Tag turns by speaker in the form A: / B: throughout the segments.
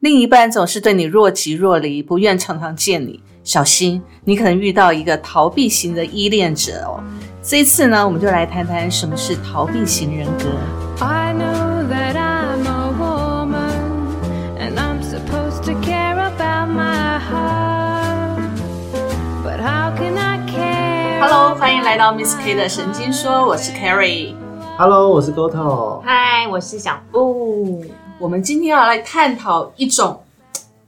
A: 另一半总是对你若即若离，不愿常常见你，小心你可能遇到一个逃避型的依恋者哦。这一次呢，我们就来谈谈什么是逃避型人格。
B: I know that I'm a woman and I'm supposed to care about my heart. But how can I care?
A: Hello，欢迎来到 Miss K 的神经说，我是 Carrie。
C: Hello，我是 Goto。
D: 嗨，我是小布。
A: 我们今天要来探讨一种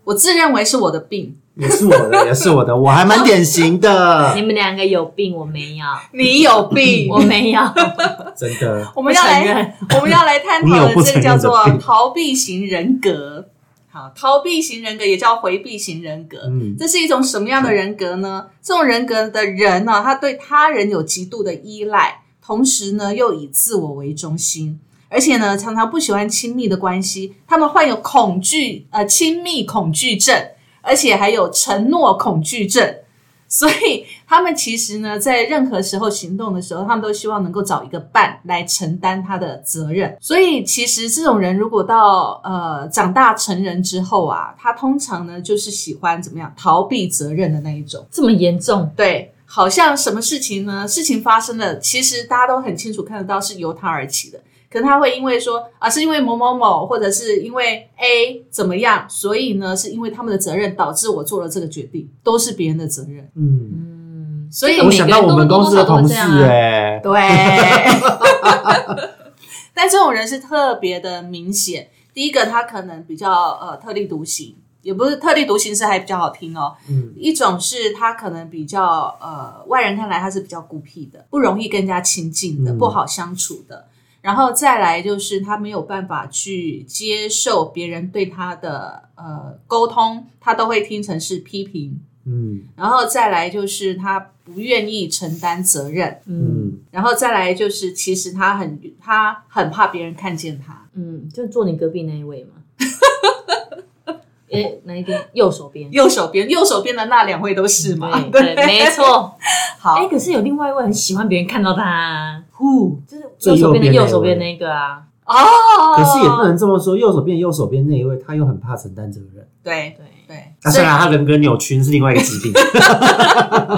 A: 我自认为是我的病，
C: 也是我的，也是我 的，我还蛮典型的
D: 你，们两个有病，我没有，
A: 你有病
D: 我没有。
C: 真的。
A: 我们要
D: 不承
A: 来
D: 认，
A: 我们要来探
C: 你
A: 讨
C: 有
A: 的
C: 不
A: 这个
C: 承认
A: 叫
C: 的
A: 做
C: 病
A: 逃避型人格。好，逃避型人格也叫回避型人格，
C: 嗯
A: 这是一种什么样的人格呢？这种人格的人呢、他对他人有极度的依赖，同时呢又以自我为中心，而且呢常常不喜欢亲密的关系，他们患有恐惧呃亲密恐惧症，而且还有承诺恐惧症。所以他们其实呢，在任何时候行动的时候，他们都希望能够找一个伴来承担他的责任。所以其实这种人如果到呃长大成人之后啊，他通常呢就是喜欢怎么样逃避责任的那一种。
D: 这么严重？
A: 对，好像什么事情呢？事情发生了，其实大家都很清楚看得到是由他而起的。可能他会因为说啊，是因为某某某，或者是因为 A 怎么样，所以呢，是因为他们的责任导致我做了这个决定，都是别人的责任。
C: 嗯，
D: 嗯，
A: 所以
D: 这个
C: 我
D: 每个
C: 想
D: 人
C: 到
D: 都
C: 我们公司的同事
D: 多多少少都这样啊
C: 哎、
A: 对， 但这种人是特别的明显。第一个，他可能比较呃特立独行，也不是特立独行是还比较好听哦。
C: 嗯，
A: 一种是他可能比较呃外人看来他是比较孤僻的，不容易跟人家亲近的，
C: 嗯
A: 不好相处的。然后再来就是他没有办法去接受别人对他的呃沟通，他都会听成是批评。
C: 嗯
A: 然后再来就是他不愿意承担责任，
D: 嗯
C: 嗯
A: 然后再来就是，其实他很他很怕别人看见他，
D: 嗯，就坐你隔壁那一位嘛。诶，哪一边？右手边。
A: 右手边右手边的那两位都是嘛，
D: 对，对没。错。
A: 好，
D: 哎，可是有另外一位很喜欢别人看到他啊，
A: 呼
D: 就是
C: 最
D: 右手
C: 右
D: 边的
C: 边那
D: 右
C: 一
D: 手边
C: 位
D: 那个啊。
A: 哦，
C: 可是也不能这么说，右手边右手边那一位，他又很怕承担责任。
A: 对
D: 对，
A: 对，
C: 那、
A: 所
C: 虽
A: 以
C: 然他人格扭曲是另外一个疾 病，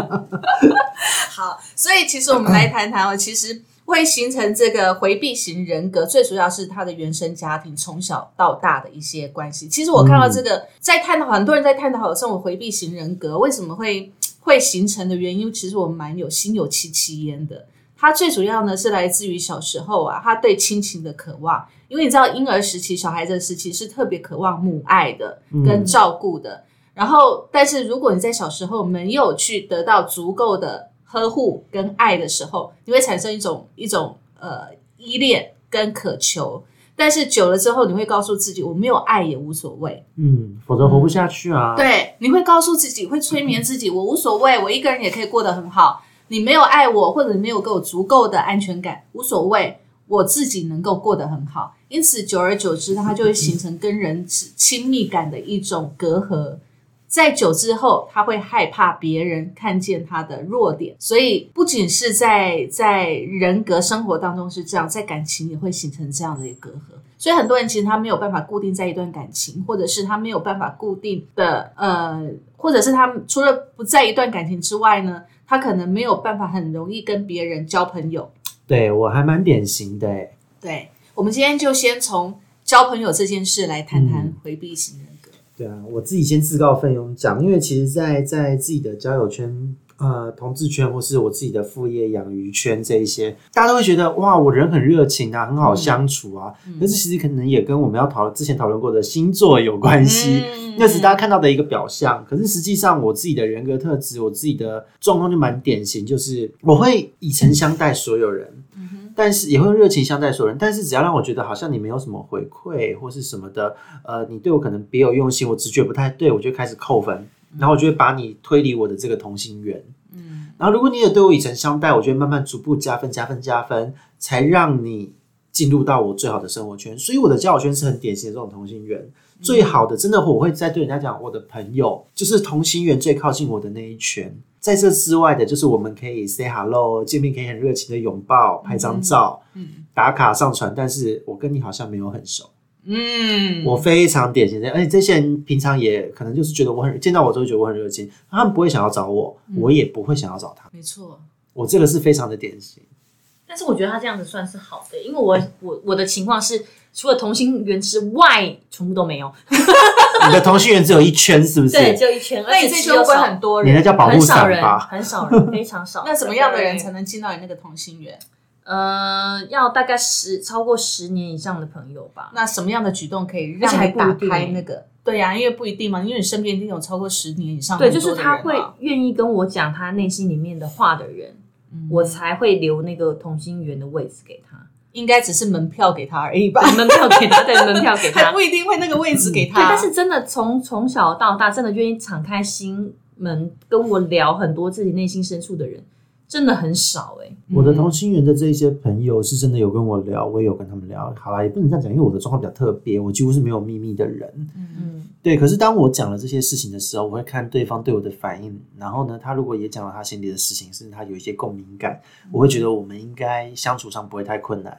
A: 好，所以其实我们来谈谈哦，其实会形成这个回避型人格，最主要是他的原生家庭从小到大的一些关系。其实我看到这个，在探讨很多人在探讨这种回避型人格为什么会会形成的原因，其实我蛮有心有戚戚焉的。它最主要呢是来自于小时候啊，他对亲情的渴望，因为你知道婴儿时期、小孩子的时期是特别渴望母爱的跟
C: 嗯
A: 照顾的。然后，但是如果你在小时候没有去得到足够的呵护跟爱的时候，你会产生一种一种呃依恋跟渴求。但是久了之后，你会告诉自己，我没有爱也无所谓。
C: 嗯，否则活不下去啊。，
A: 对，你会告诉自己，会催眠自己，我无所谓，我一个人也可以过得很好。你没有爱我，或者你没有给我足够的安全感，无所谓，我自己能够过得很好。因此，久而久之，它就会形成跟人亲亲密感的一种隔阂。在久之后，他会害怕别人看见他的弱点，所以不仅是在在人格生活当中是这样，在感情也会形成这样的一个隔阂。所以很多人其实他没有办法固定在一段感情，或者是他没有办法固定的呃，或者是他除了不在一段感情之外呢，他可能没有办法很容易跟别人交朋友。
C: 对我还蛮典型的、哎
A: 对，我们今天就先从交朋友这件事来谈谈
C: 嗯
A: 回避型人格。
C: 对啊，我自己先自告奋勇讲，因为其实在，在自己的交友圈、呃同志圈，或是我自己的副业养鱼圈这一些，大家都会觉得哇，我人很热情啊，很好相处啊。
A: 嗯
C: 但是其实可能也跟我们要讨论之前讨论过的星座有关系。
A: 嗯
C: 那是大家看到的一个表象，可是实际上我自己的人格特质，我自己的状况就蛮典型，就是我会以诚相待所有人，
A: 嗯哼
C: 但是也会用热情相待所有人。但是只要让我觉得好像你没有什么回馈或是什么的，呃，你对我可能别有用心，我直觉不太对，我就开始扣分，然后我就会把你推离我的这个同心圆。
A: 嗯
C: 然后如果你也对我以诚相待，我就会慢慢逐步加分、加分、加分，才让你进入到我最好的生活圈。所以我的交友圈是很典型的这种同心圆。最
D: 嗯
C: 好的，真的我会再对人家讲，我的朋友就是同心圆最靠近我的那一圈。在这之外的，就是我们可以 say hello，见面可以很热情的拥抱、拍张照、
A: 嗯
C: 打卡、上传，但是我跟你好像没有很熟。
A: 嗯，
C: 我非常典型的，而且这些人平常也可能就是觉得我很见到我之后觉得我很热情，他们不会想要找我，
D: 嗯
C: 我也不会想要找他。
A: 没错，
C: 我这个是非常的典型，
D: 但是我觉得他这样子算是好的，因为我我我的情况是，除了同心圆之外，全部都没有。
C: 你的同性缘只有一圈，是不是？
D: 对，只有一圈，而
A: 那
D: 且
A: 你这
D: 只
A: 就
D: 有
A: 会
D: 少
A: 很多
C: 你那
A: 人。
C: 叫保护
D: 很少
C: 伞
D: 人，
C: 吧？
D: 很少 人，非常少。
A: 那什么样的人才
D: 能？
A: 能进到你那个同心圆？
D: 呃，要大概十超过十年以上的朋友吧。
A: 那什么样的举动可以
D: 而
A: 让
D: 且还
A: 你打
D: 不一定
A: 开那个？对呀、因为不一定嘛，因为你身边一定有超过十年以上
D: 对，
A: 很
D: 就
A: 多
D: 是
A: 的
D: 他
A: 人
D: 会
A: 啊
D: 愿意跟我讲他内心里面的话的人，
A: 嗯
D: 我才会留那个同心圆的位置给他，
A: 应该只是门票给他而 已吧，
D: 门票给他，对，门票 给
A: 还
D: 他。对，
A: 不一定会那个位置给他。
D: 但是真的从从小到大，真的愿意敞开心门跟我聊很多自己内心深处的人，真的很少哎、
C: 我的同心圆的这一些朋友是真的有跟我聊，我也有跟他们聊。好啦，也不能这样讲，因为我的状况比较特别，我几乎是没有秘密的人。
D: 嗯，
C: 对，可是当我讲了这些事情的时候，我会看对方对我的反应，然后呢，他如果也讲了他心里的事情，甚至他有一些共鸣感，我会觉得我们应该相处上不会太困难。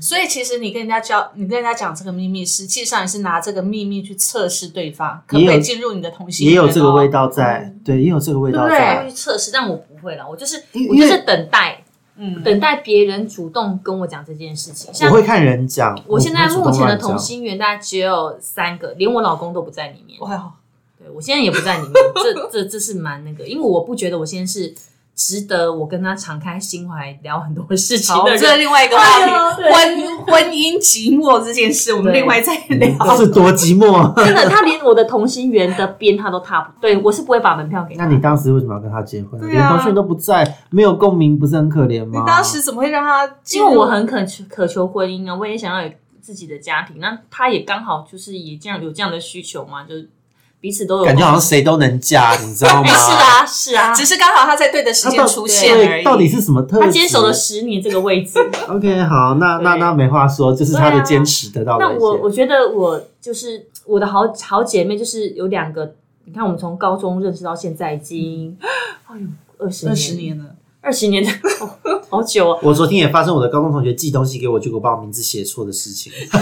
A: 所以其实你跟人家交，你跟人家讲这个秘密，实际上你是拿这个秘密去测试对方可
C: 也有
A: 不可以进入你的同心
C: 也
A: 圆、哦，
C: 有这个味。道在，对，也有这个味道
D: 他
A: 对
D: 会
C: 在。
D: 嗯去测试，但我不会啦，我就是
C: 因
D: 我就
C: 因为
D: 是等待，
A: 嗯，
D: 等待别人主动跟我讲这件事情。像
C: 我会看人讲，
D: 我现在
C: 不会主
D: 目
C: 动
D: 前的
C: 乱讲
D: 同心圆大概只有三个，连我老公都不在里面。
A: 哇哦，
D: 对我现在也不在 里面，这这这是蛮那个，因为我不觉得我现在是值得我跟他敞开心怀聊很多事情
A: 好，
D: 的
A: 这是
D: 人。
A: 另外一个话题，
D: 哎呦对
A: 婚婚姻寂寞这件事，我们
D: 对
A: 另外再聊。
C: 嗯是多寂 寞。
D: 真的，他连我的同心圆的边他都踏不对，我是不会把门票给他。
C: 那你当时为什么要跟他结婚？
A: 对啊
C: 连同学都不在，没有共鸣，不是很可怜
A: 你
C: 吗？
A: 当时怎么啊会让他进
D: 因
A: 入？
D: 为我很渴求渴求婚姻啊，我也想要有自己的家庭。那他也刚好就是也这样有这样的需求嘛，就是彼此都 有
C: 感觉好像谁都能嫁，你知道吗？
D: 哎 是啊是啊，
A: 只是刚好他在对的时
C: 他
A: 间
C: 到
A: 出现而
C: 对
A: 已。
C: 到底是什么特质？
D: 他坚守了十年这个 位置。
C: OK，好，那那
D: 对啊
C: 那没话说，就是他的坚持得到
D: 那
C: 了一
D: 我
C: 些。
D: 我觉得我就是我的好好姐妹，就是有两个，你看我们从高中认识到现在已经， 哎呦，二十
A: 二十，年了，
D: 二十年的、 哦好久哦。
C: 我昨天也发生我的高中同学寄东西给我，结果把我名字写错的事情。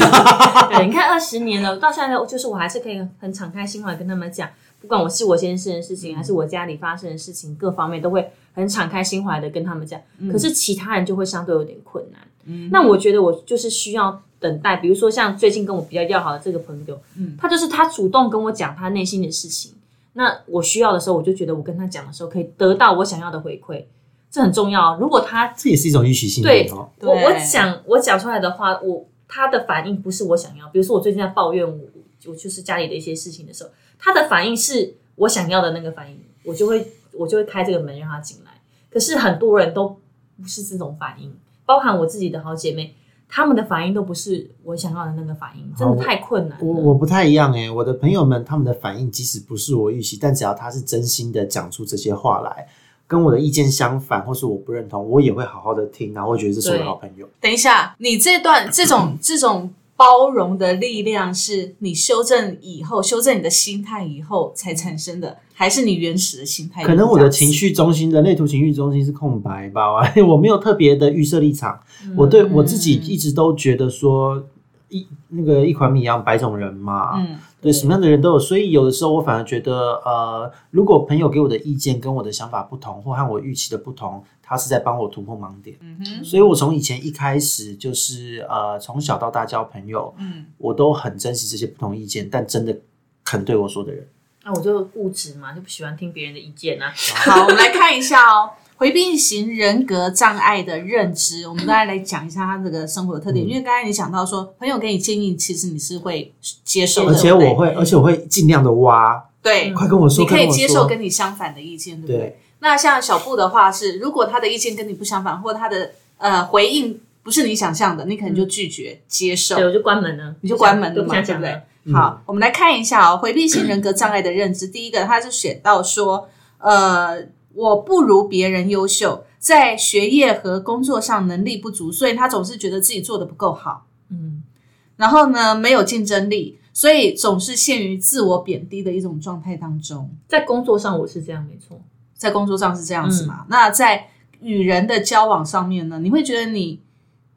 D: 对，你看二十年了，到现在就是我还是可以很敞开心怀跟他们讲，不管我是我先生的事情，还是我家里发生的事情，各方面都会很敞开心怀的跟他们讲。可是其他人就会相对有点困难。
A: 嗯
D: 那我觉得我就是需要等待，比如说像最近跟我比较要好的这个朋友，
A: 嗯
D: 他就是他主动跟我讲他内心的事情，那我需要的时候，我就觉得我跟他讲的时候可以得到我想要的回馈，这很重要。哦如果他
C: 这也是一种预期性
D: 对
C: 的哦。
D: 我
A: 对
D: 我讲我讲出来的话，我他的反应不是我想要，比如说我最近在抱怨我我就是家里的一些事情的时候，他的反应是我想要的那个反应，我就会我就会开这个门让他进来。可是很多人都不是这种反应，包含我自己的好姐妹，她们的反应都不是我想要的那个反应，真的太困难
C: 我
D: 了。
C: 我不太一样哎、我的朋友们他们的反应，即使不是我预期，但只要他是真心的讲出这些话来，跟我的意见相反，或是我不认同，我也会好好的听，然后会觉得这是我的好朋友。
A: 等一下，你这段这种这种包容的力量，是你修正以后，修正你的心态以后才产生的，还是你原始的心态？
C: 哎可能我的情绪中心、人类图情绪中心是空白吧， 我我没有特别的预设立场。
D: 嗯
A: 嗯
C: 我对我自己一直都觉得说，一那个一款米养百种人嘛，
A: 嗯，
C: 对什么样的人都有。所以有的时候我反而觉得，呃，如果朋友给我的意见跟我的想法不同，或和我预期的不同，他是在帮我突破盲点。
A: 嗯哼，
C: 所以我从以前一开始就是呃，从小到大交朋友，
A: 嗯，
C: 我都很珍惜这些不同意见，但真的肯对我说的人。
D: 那我就固执嘛，就不喜欢听别人的意见啊。
A: 好，我们来看一下哦。回避型人格障碍的认知，我们刚才来讲一下他这个生活的特点，
C: 嗯
A: 因为刚才你讲到说，朋友给你建议，其实你是会接受的，
C: 而且
A: 对
C: 我
A: 不
C: 会，而且我会尽量的挖，
A: 对，对
C: 快跟我说，
A: 你可以
C: 快
A: 接
C: 我说
A: 受跟你相反的意见，对不对？
C: 对，
A: 那像小布的话是，如果他的意见跟你不相反，或他的呃回应不是你想象的，你可能就拒绝、接受
D: 对，。我就关门了，
A: 你就关门了
D: 就不
A: 嘛，
D: 想
A: 对不
D: 讲
A: 对
D: 了。？嗯
A: 好，我们来看一下哦，回避型人格障碍的认知。第一个，他是选到说，呃，我不如别人优秀，在学业和工作上能力不足，所以他总是觉得自己做的不够好，
D: 嗯，
A: 然后呢，没有竞争力，所以总是陷于自我贬低的一种状态当中。
D: 在工作上我是这样，没错。
A: 在工作上是这样
D: 嗯
A: 子嘛？那在与人的交往上面呢，你会觉得你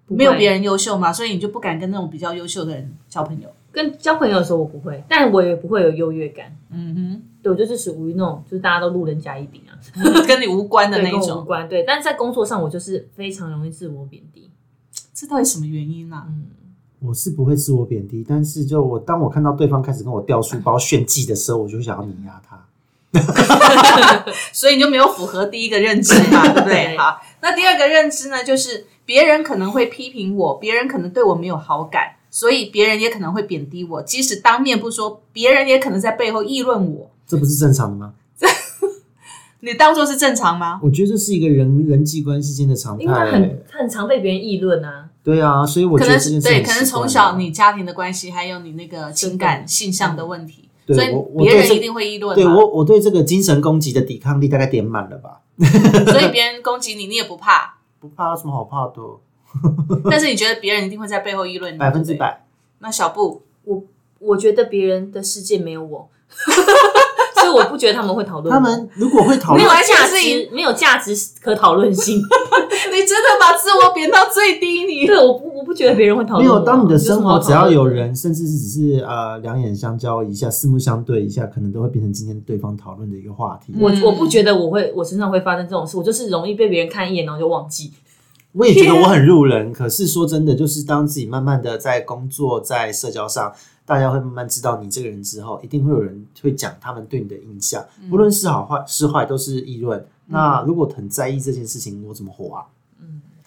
A: 没有别人优秀嘛，所以你就不敢跟那种比较优秀的人交朋友。
D: 跟交朋友的时候我不会，但我也不会有优越感。
A: 嗯
D: 对，我就是属于那种就是大家都路人甲乙丙啊，
A: 哼， 跟你无关的
D: 对，
A: 那
D: 跟
A: 一
D: 我无
A: 种，
D: 关。对，但是在工作上我就是非常容易自我贬低。
A: 这到底什么原因啊？
D: 嗯，
C: 我是不会自我贬低，但是就我当我看到对方开始跟我掉书包炫技的时候，我就想要碾压他。
A: 所以你就没有符合第一个认知嘛，对不对？
D: 对
A: 好，那第二个认知呢，就是别人可能会批评我，别人可能对我没有好感，所以别人也可能会贬低我，即使当面不说，别人也可能在背后议论我。
C: 这不是正常的吗？
A: 你当做是正常吗？
C: 我觉得这是一个人人际关系间的常态、
D: 因为他很他很常被别人议论啊，
C: 对啊，所以我
A: 可
C: 觉得
A: 能
C: 这件事
A: 对，
C: 很
A: 可能
C: 奇怪啊
A: 从小你家庭的关系，还有你那个情感性向的问题，
C: 嗯对
A: 所
C: 我
A: 以
C: 我
A: 别
C: 对
A: 人
C: 这
A: 一定会议论
C: 对
A: 嘛。
C: 我我对这个精神攻击的抵抗力大概点满了吧？
A: 所以别人攻击你，你也不怕，
C: 不怕有什么好怕的？
A: 但是你觉得别人一定会在背后议论你，
C: 百分之
A: 对不对。
C: 百。
A: 那小布，
D: 我觉得别人的世界没有我， 所以我不觉得他们会讨论我。
C: 他们如果会讨
D: 没
C: 论
A: 啊
D: 有，价
A: 而且是
D: 值，没有价值可讨论性。
A: 你 真的把自我贬到最低，你
D: 对，我不我不觉得别人会讨
C: 没
D: 论我。
C: 有，当你的生活
D: 有
C: 只
D: 什么好讨
C: 要
D: 论
C: 有人，甚至是只是呃两眼相交一下、四目相对一下，可能都会变成今天对方讨论的一个话题。
D: 我
A: 嗯
D: 我不觉得我会我身上会发生这种事，我就是容易被别人看一眼然后就忘记。
C: 我也觉得我很路人，可是说真的，就是当自己慢慢的在工作、在社交上，大家会慢慢知道你这个人之后，一定会有人会讲他们对你的印象，
A: 嗯
C: 不论是好坏是坏，都是议论。那如果很在意这件事情，我怎么活啊？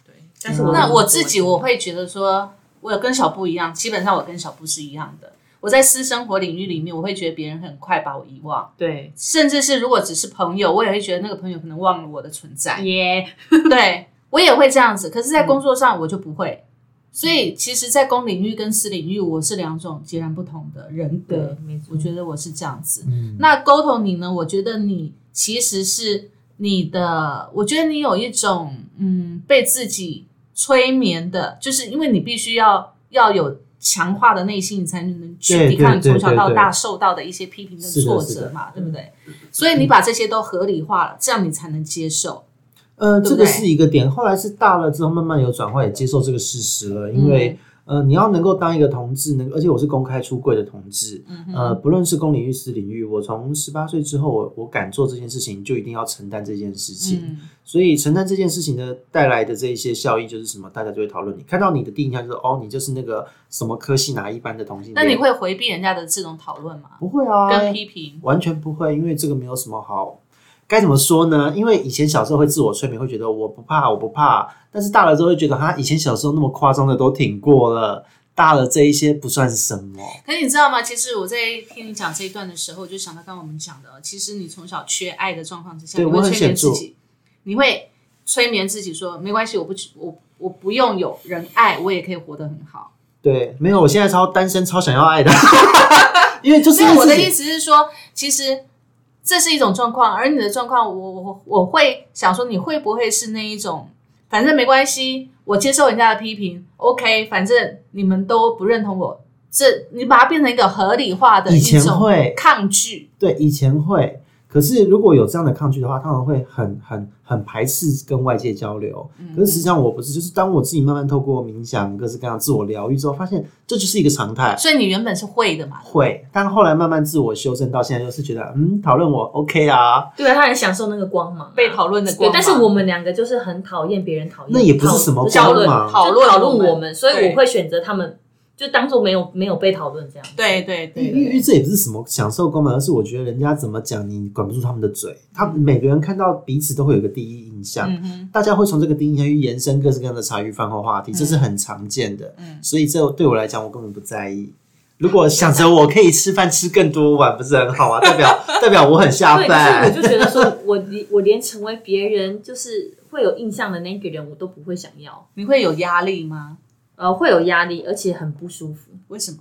D: 对，但是
C: 嗯
D: 我
A: 那我自己我会觉得说，我有跟小布一样，基本上我跟小布是一样的。我在私生活领域里面，我会觉得别人很快把我遗忘，
D: 对
A: 甚至是如果只是朋友，我也会觉得那个朋友可能忘了我的存在。
D: 耶，
A: 对我也会这样子，可是，在工作上我就不会。所以，其实，在公领域跟私领域，我是两种截然不同的人格
D: 对。，没错，
A: 我觉得我是这样子。
C: 嗯，
A: 那沟通你呢？我觉得你其实是你的，我觉得你有一种嗯被自己催眠的，就是因为你必须要要有强化的内心，你才能去
C: 对
A: 抵抗你
C: 对
A: 从小
C: 对
A: 到
C: 对
A: 大受到的一些批评跟
C: 是的
A: 挫
C: 是
A: 折
C: 的
A: 嘛，对不对？所以你把这些都合理化了，这样你才能接受。
C: 呃，
A: 对
C: 这
A: 不
C: 个
A: 对
C: 是一个点。后来是大了之后，慢慢有转化，也接受这个事实了。因
A: 嗯
C: 为、呃，你要能够当一个同志，能而且我是公开出柜的同志，
A: 嗯
C: 呃，不论是公领域、私领域，我从十八岁之后，我我敢做这件事情，就一定要承担这件事情。
A: 嗯，
C: 所以承担这件事情的带来的这一些效益就是什么？大家就会讨论你，看到你的第一印象就是哦，你就是那个什么科系哪一班的同性恋。
A: 那你会回避人家的这种讨论吗？
C: 不会啊？
A: 跟批评？
C: 完全不会，因为这个没有什么好。该怎么说呢？因为以前小时候会自我催眠，会觉得我不怕，我不怕。但是大了之后会觉得，哈，以前小时候那么夸张的都挺过了，大了这一些不算什么。
A: 可是你知道吗？其实我在听你讲这一段的时候，我就想到刚刚我们讲的，其实你从小缺爱的状况之下，
C: 对
A: 你
C: 我
A: 会
C: 很
A: 催眠
C: 显
A: 自
C: 著
A: 己，你会催眠自己说，没关系，我不我我不用有人爱，我也可以活得很好。
C: 对，没有，我现在超单身，超想要爱的， 因为就是
A: 所以我的
C: 自己
A: 意思是说，其实这是一种状况，而你的状况，我我我会想说，你会不会是那一种，反正没关系，我接受人家的批评，OK，反正你们都不认同我，这你把它变成一个合理化的
C: 以
A: 一
C: 前
A: 种
C: 会
A: 抗拒。
C: 对，以前会，可是如果有这样的抗拒的话，他们会很很很排斥跟外界交流。
A: 嗯
C: 可是实际上我不是，就是当我自己慢慢透过冥想、各式各样的自我疗愈之后，发现这就是一个常态。
A: 所以你原本是会的嘛？
C: 会，但后来慢慢自我修正，到现在就是觉得，嗯，讨论我 OK 啊，
D: 对啊，他很享受那个光芒啊，
A: 被讨论的
D: 对
A: 光，芒
D: 但是我们两个就是很讨厌别人讨厌，
C: 那也不是什么
D: 讨
C: 光芒
D: 讨
A: 讨论
D: 论讨
A: 我们
D: 论我们，所以
A: 对
D: 我会选择他们，就当做没有没有被讨论这样。
A: 对对对
C: 因为因
A: 对
C: 为这也不是什么享受功能，而是我觉得人家怎么讲，你管不住他们的嘴。他们每个人看到彼此都会有一个第一印象，
A: 嗯哼，
C: 大家会从这个第一印象去延伸各式各样的茶余饭后话题，这是很常见的。
A: 嗯
C: 所以这对我来讲，我根本不在意。如果想着我可以吃饭吃更多碗，不是很 好啊？代表代表我很下
D: 对，可
C: 饭
D: 是。我就觉得说，我连我连成为别人就是会有印象的那个人，我都不会想要，
A: 你会有压力吗？
D: 呃，会有压力，而且很不舒 服。
A: 为什么？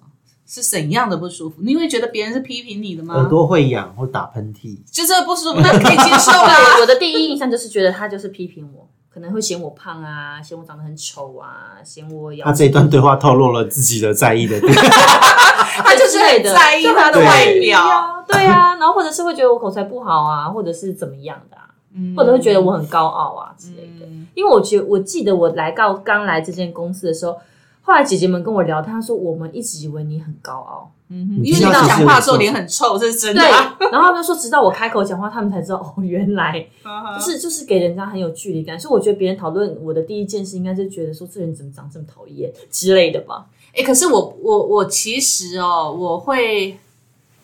A: 是怎样的不舒服？你会觉得别人是批评你的吗？
C: 耳朵会痒或打喷嚏，
A: 就这个不舒服，那可以接受啊啦。
D: 对，我的第一印象就是觉得他就是批评我，可能会嫌我胖啊，嫌我长得很丑啊，嫌我咬
C: 他这一段对话透露了自己的在意 的点。
A: 他就是很在意他的外表，
D: 啊，对啊，然后或者是会觉得我口才不好啊，或者是怎么样的啊，
A: 嗯
D: 或者会觉得我很高傲啊之类的。
A: 嗯
D: 因为我觉我记得我来到刚来这间公司的时候，后来姐姐们跟我聊，她说我们一直以为你很高傲，
A: 嗯
C: 你
A: 哼，因为
D: 知
A: 你
D: 道
A: 讲话的时候
C: 是
A: 脸很臭，这是真的
D: 对
A: 啊。。
D: 然后他们说，直到我开口讲话，他们才知道哦，原来
A: 不
D: 就是就是给人家很有距离感。所以我觉得别人讨论我的第一件事，应该就觉得说这人怎么长这么讨厌之类的吧。
A: 哎、可是我我我其实哦，我会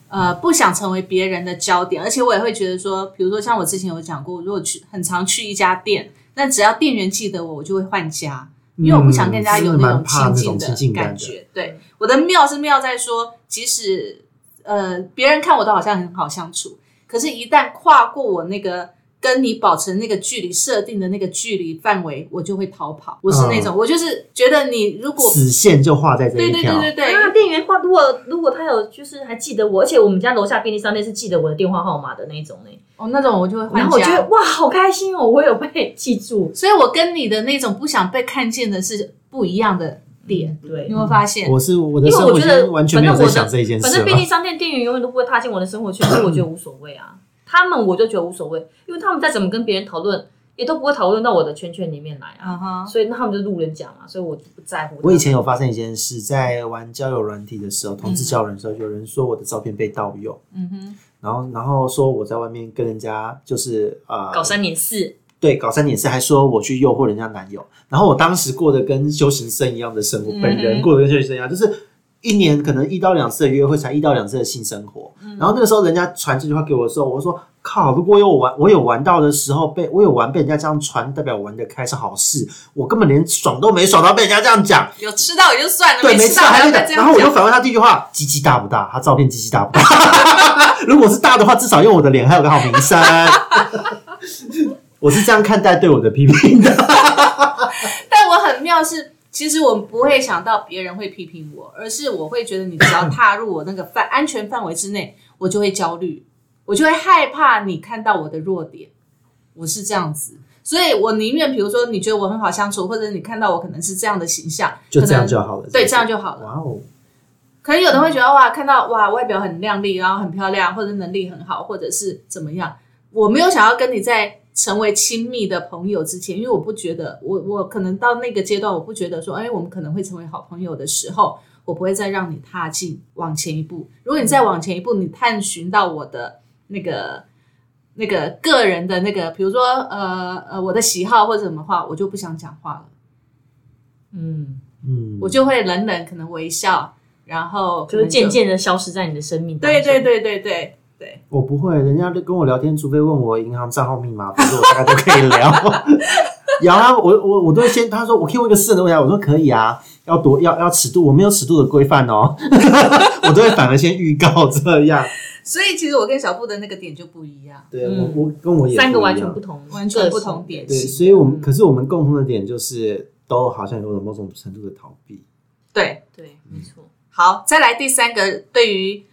A: 呃不想成为别人的焦点，而且我也会觉得说，比如说像我之前有讲过，如果去很常去一家店，那只要店员记得我，我就会换家，因为我不想跟人家有
C: 嗯真的
A: 那
C: 蛮怕
A: 种
C: 那种亲
A: 近
C: 近
A: 感
C: 感
A: 觉。对，我的妙是妙在说，即使呃别人看我都好像很好相处，可是，一旦跨过我那个。跟你保持那个距离设定的那个距离范围，我就会逃跑。我是那种，我就是觉得你如果
C: 嗯死线就画在这
A: 对
C: 一
A: 对
C: 条。
A: 对对对，
D: 那啊店员话，如果如果他有就是还记得我，而且我们家楼下便利商店是记得我的电话号码的那一种呢。
A: 哦，那种我就会换家。
D: 然后我觉得哇，好开心哦，我有被记住。
A: 所以我跟你的那种不想被看见的是不一样的点，
D: 对
A: 你，有没有发现？
C: 我是我的
D: 因为
C: 生
D: 我
C: 活
D: 觉得
C: 圈完全没有在想这一件
D: 反
C: 事了
D: 正便。利商店店员永远都不会踏进我的生活圈，所以我觉得无所谓啊。他们我就觉得无所谓，因为他们再怎么跟别人讨论，也都不会讨论到我的圈圈里面来啊。
A: 嗯哼，
D: 所以那他们就是路人甲嘛，所以我就不在乎他们。
C: 我以前有发生一件事，在玩交友软体的时候，同
D: 嗯
C: 志交友的时候，有人说我的照片被盗用，
A: 嗯哼，
C: 然后然后说我在外面跟人家就是呃
D: 搞三年四，
C: 对搞三点四，还说我去诱惑人家男友，然后我当时过得跟修行僧一样的生活，
A: 嗯
C: 本人过得跟修行僧一样，就是一年可能一到两次的约会，才一到两次的性生活。
D: 嗯
C: 然后那个时候人家传这句话给我的时候，我说靠，如果有玩，我有玩到的时候被我有玩被人家这样传，代表我玩的开是好事，我根本连爽都没爽到被人家这样讲。
A: 有吃到也就算了，
C: 对，没
A: 吃到
C: 还
A: 要
C: 会
A: 再
C: 讲。
A: 这
C: 然
A: 样
C: 后我就
A: 讲。
C: 反问他第一句话：鸡鸡大不大？他照片鸡鸡大不 大？如果是大的话，至少用我的脸还有个好名声。 我是这样看待对我的批评的。
A: 但我很妙是，其实我不会想到别人会批评我，而是我会觉得你只要踏入我那个范安全范围之内，我就会焦虑，我就会害怕你看到我的弱点，我是这样子。所以我宁愿，比如说你觉得我很好相处，或者你看到我可能是这样的形象，
C: 就这
A: 可
C: 样
A: 能
C: 就好了。
A: 对，这样就好了。
C: 哇哦，
A: 可能有的会觉得哇，看到哇外表很靓丽，然后很漂亮，或者能力很好，或者是怎么样。我没有想要跟你在成为亲密的朋友之前，因为我不觉得我 我可能到那个阶段，我不觉得说，哎，我们可能会成为好朋友的时候，我不会再让你踏进往前一步。如果你再往前一步，你探寻到我的那个那个个人的那个，比如说呃呃我的喜好或者什么话，我就不想讲话了。
D: 嗯，
C: 嗯，
A: 我就会冷冷可能微笑，然后可
D: 就
A: 能
D: 是渐渐的消失在你的生命当
A: 对
D: 中。
A: 对对对对对，
C: 我不会，人家跟我聊天，除非问我银行账号密码，否则我大概都可以聊。 然后他我我我都会先他说我可以问一个私人的问题啊，我说可以啊，要多要要尺度，我没有尺度的规范哦， 我都会反而先预告这样。
A: 所以其实我跟小布的那个点就不一样，
C: 对、
D: 嗯
C: 我我跟我也
D: 三个
C: 不一
D: 完
C: 样
D: 全不同，
A: 完全不同点
D: 个
C: 对，
D: 性。
C: 所以我们、
A: 嗯
C: 可是我们共同的点就是都好像有了某种程度的逃避。
A: 对，
D: 对，
A: 嗯
D: 没错。
A: 好，再来第三个，对于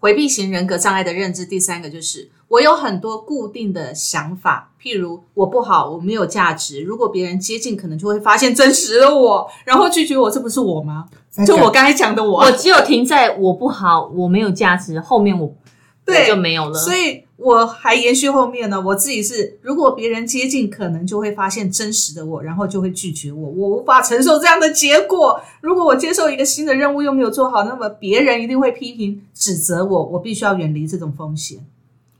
A: 回避型人格障碍的认知，第三个就是我有很多固定的想法，譬如我不好，我没有价值，如果别人接近，可能就会发现真实的我，然后拒绝我，这不是我吗？就我刚才讲的我
D: 我，只有停在我不好，我没有价值，后面我
A: 对
D: 我就没有了。
A: 所以我还延续后面呢，我自己是，如果别人接近，可能就会发现真实的我，然后就会拒绝我，我无法承受这样的结果。如果我接受一个新的任务又没有做好，那么别人一定会批评指责我，我必须要远离这种风险。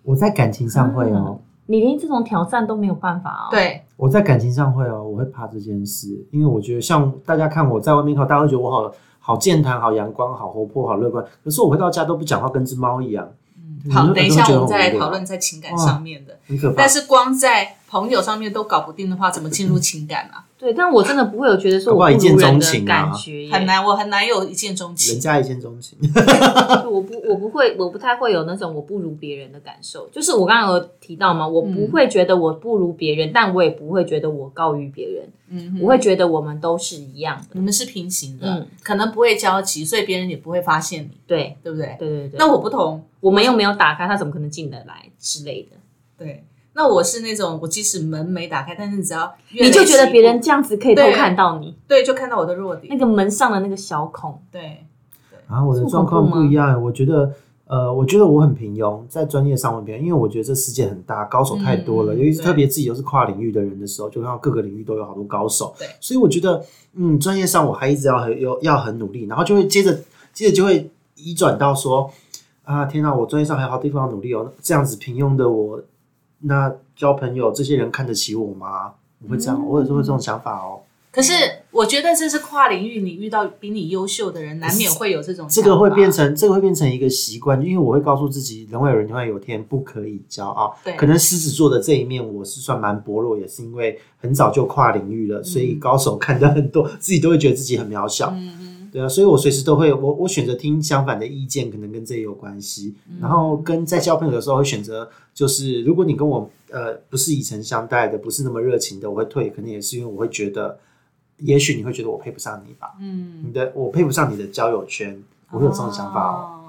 C: 我在感情上会
A: 嗯
C: 哦，
D: 你连这种挑战都没有办法哦。，
A: 对，
C: 我在感情上会哦，我会怕这件事，因为我觉得像大家看我在外面靠，大家会觉得我好好健谈、好阳光、好活泼、好乐观，可是我回到家都不讲话，跟只猫一样，嗯
A: 好，
C: 你
A: 等一
C: 都
A: 下
C: 觉得
A: 我们再
C: 很无
A: 来
C: 聊
A: 讨论在情感上面的，
C: 很可怕
A: 但。是光在朋友上面都搞不定的话，怎么进入情感啊？
D: 对，但我真的不会有觉得说
C: 搞不
D: 我
C: 好一
D: 不
C: 见
D: 如人
C: 钟
D: 的
C: 情啊
D: 感觉耶，
A: 很难，我很难有一见钟
C: 人
A: 情。
C: 家一见钟情，
D: 就我不，我不会，我不太会有那种我不如别人的感受。就是我刚刚有提到嘛，我
A: 嗯
D: 不会觉得我不如别人，但我也不会觉得我高于别人，
A: 嗯哼
D: 我会觉得我们都是一样的。
A: 你们是平行的，
D: 嗯
A: 可能不会交集，所以别人也不会发现你，
D: 对，
A: 对不对？
D: 对对对。
A: 那我不同，
D: 我们又没有打开，他怎么可能进得来之类的？
A: 对，那我是那种，我即使门没打开，但是只要越
D: 你就觉
A: 累
D: 得
A: 积
D: 别人嗯这样子可以偷
A: 对
D: 看到你
A: 对，就看到我的弱
D: 那
A: 点。
D: 个门上的那个小孔。
A: 对，
C: 然后我的状况不一样，我觉得呃，我觉得我很平庸，在专业上我很平庸，因为我觉得这世界很大，高手太多了，
A: 嗯
C: 尤其是
D: 对
C: 特别自己又是跨领域的人的时候，就看到各个领域都有好多高手。
A: 对
C: 所以我觉得，嗯，专业上我还一直要很有要很努力，然后就会接着接着就会移转到说，啊，天哪，我专业上还有好地方要努力哦，这样子平庸的我，那交朋友这些人看得起我吗？我会这样，我有时候会这
A: 嗯
C: 种想法哦。
A: 可是我觉得这是跨领域，你遇到比你优秀的人，难免会有这种
C: 这个会
A: 想法
C: 变成这个会变成一个习惯，因为我会告诉自己，人外有人，天外有天，不可以骄傲。
A: 对
C: 可能狮子座的这一面我是算蛮薄弱，也是因为很早就跨领域了，所以高手看得很多，自己都会觉得自己很渺小。
A: 嗯
C: 对啊，所以我随时都会，我我选择听相反的意见，可能跟这也有关系。然后跟在交朋友的时候会选择，就是如果你跟我呃不是以诚相待的，不是那么热情的，我会退，可能也是因为我会觉得，也许你会觉得我配不上你吧。
A: 嗯，
C: 你的我配不上你的交友圈，我会有这种想法哦。
A: 哦。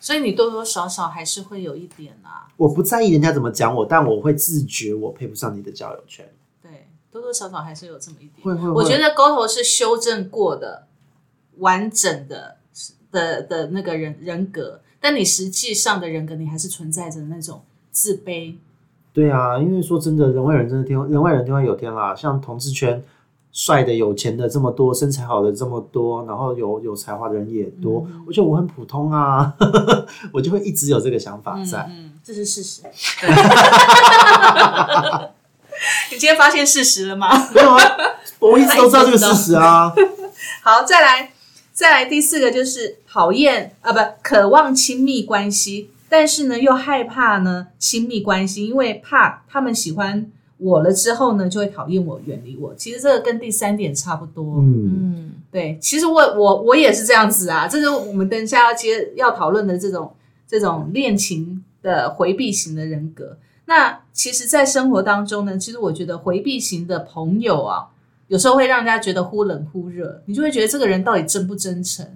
A: 所以你多多少少还是会有一点啊，
C: 我不在意人家怎么讲我，但我会自觉我配不上你的交友圈。
A: 对，多多少少还是有这么一点。
C: 会会，
A: 我觉
C: 得
A: 得沟头是修正过的、完整的的的那个人人格，但你实际上的人格，你还是存在着那种自卑。
C: 对啊，因为说真的，人外人真的天外人外人天外有天啦。像同志圈，帅的、有钱的这么多，身材好的这么多，然后有有才华的人也多。
A: 嗯
C: 我觉得我很普通啊， 我就会一直有这个想法
A: 嗯
C: 在。
A: 嗯，
D: 这是事实。
A: 你今天发现事实了吗？
C: 没有啊，我一直都知道这个事实啊。
A: 好，再来，再来第四个就是讨厌啊，不渴望亲密关系，但是呢又害怕呢亲密关系，因为怕他们喜欢我了之后呢就会讨厌我、远离我。其实这个跟第三点差不多。
C: 嗯，
D: 嗯，
A: 对，其实我我我也是这样子啊，这是我们等一下要接要讨论的这种这种恋情的回避型的人格。那其实，在生活当中呢，其实我觉得回避型的朋友啊，有时候会让人家觉得忽冷忽热，你就会觉得这个人到底真不真诚？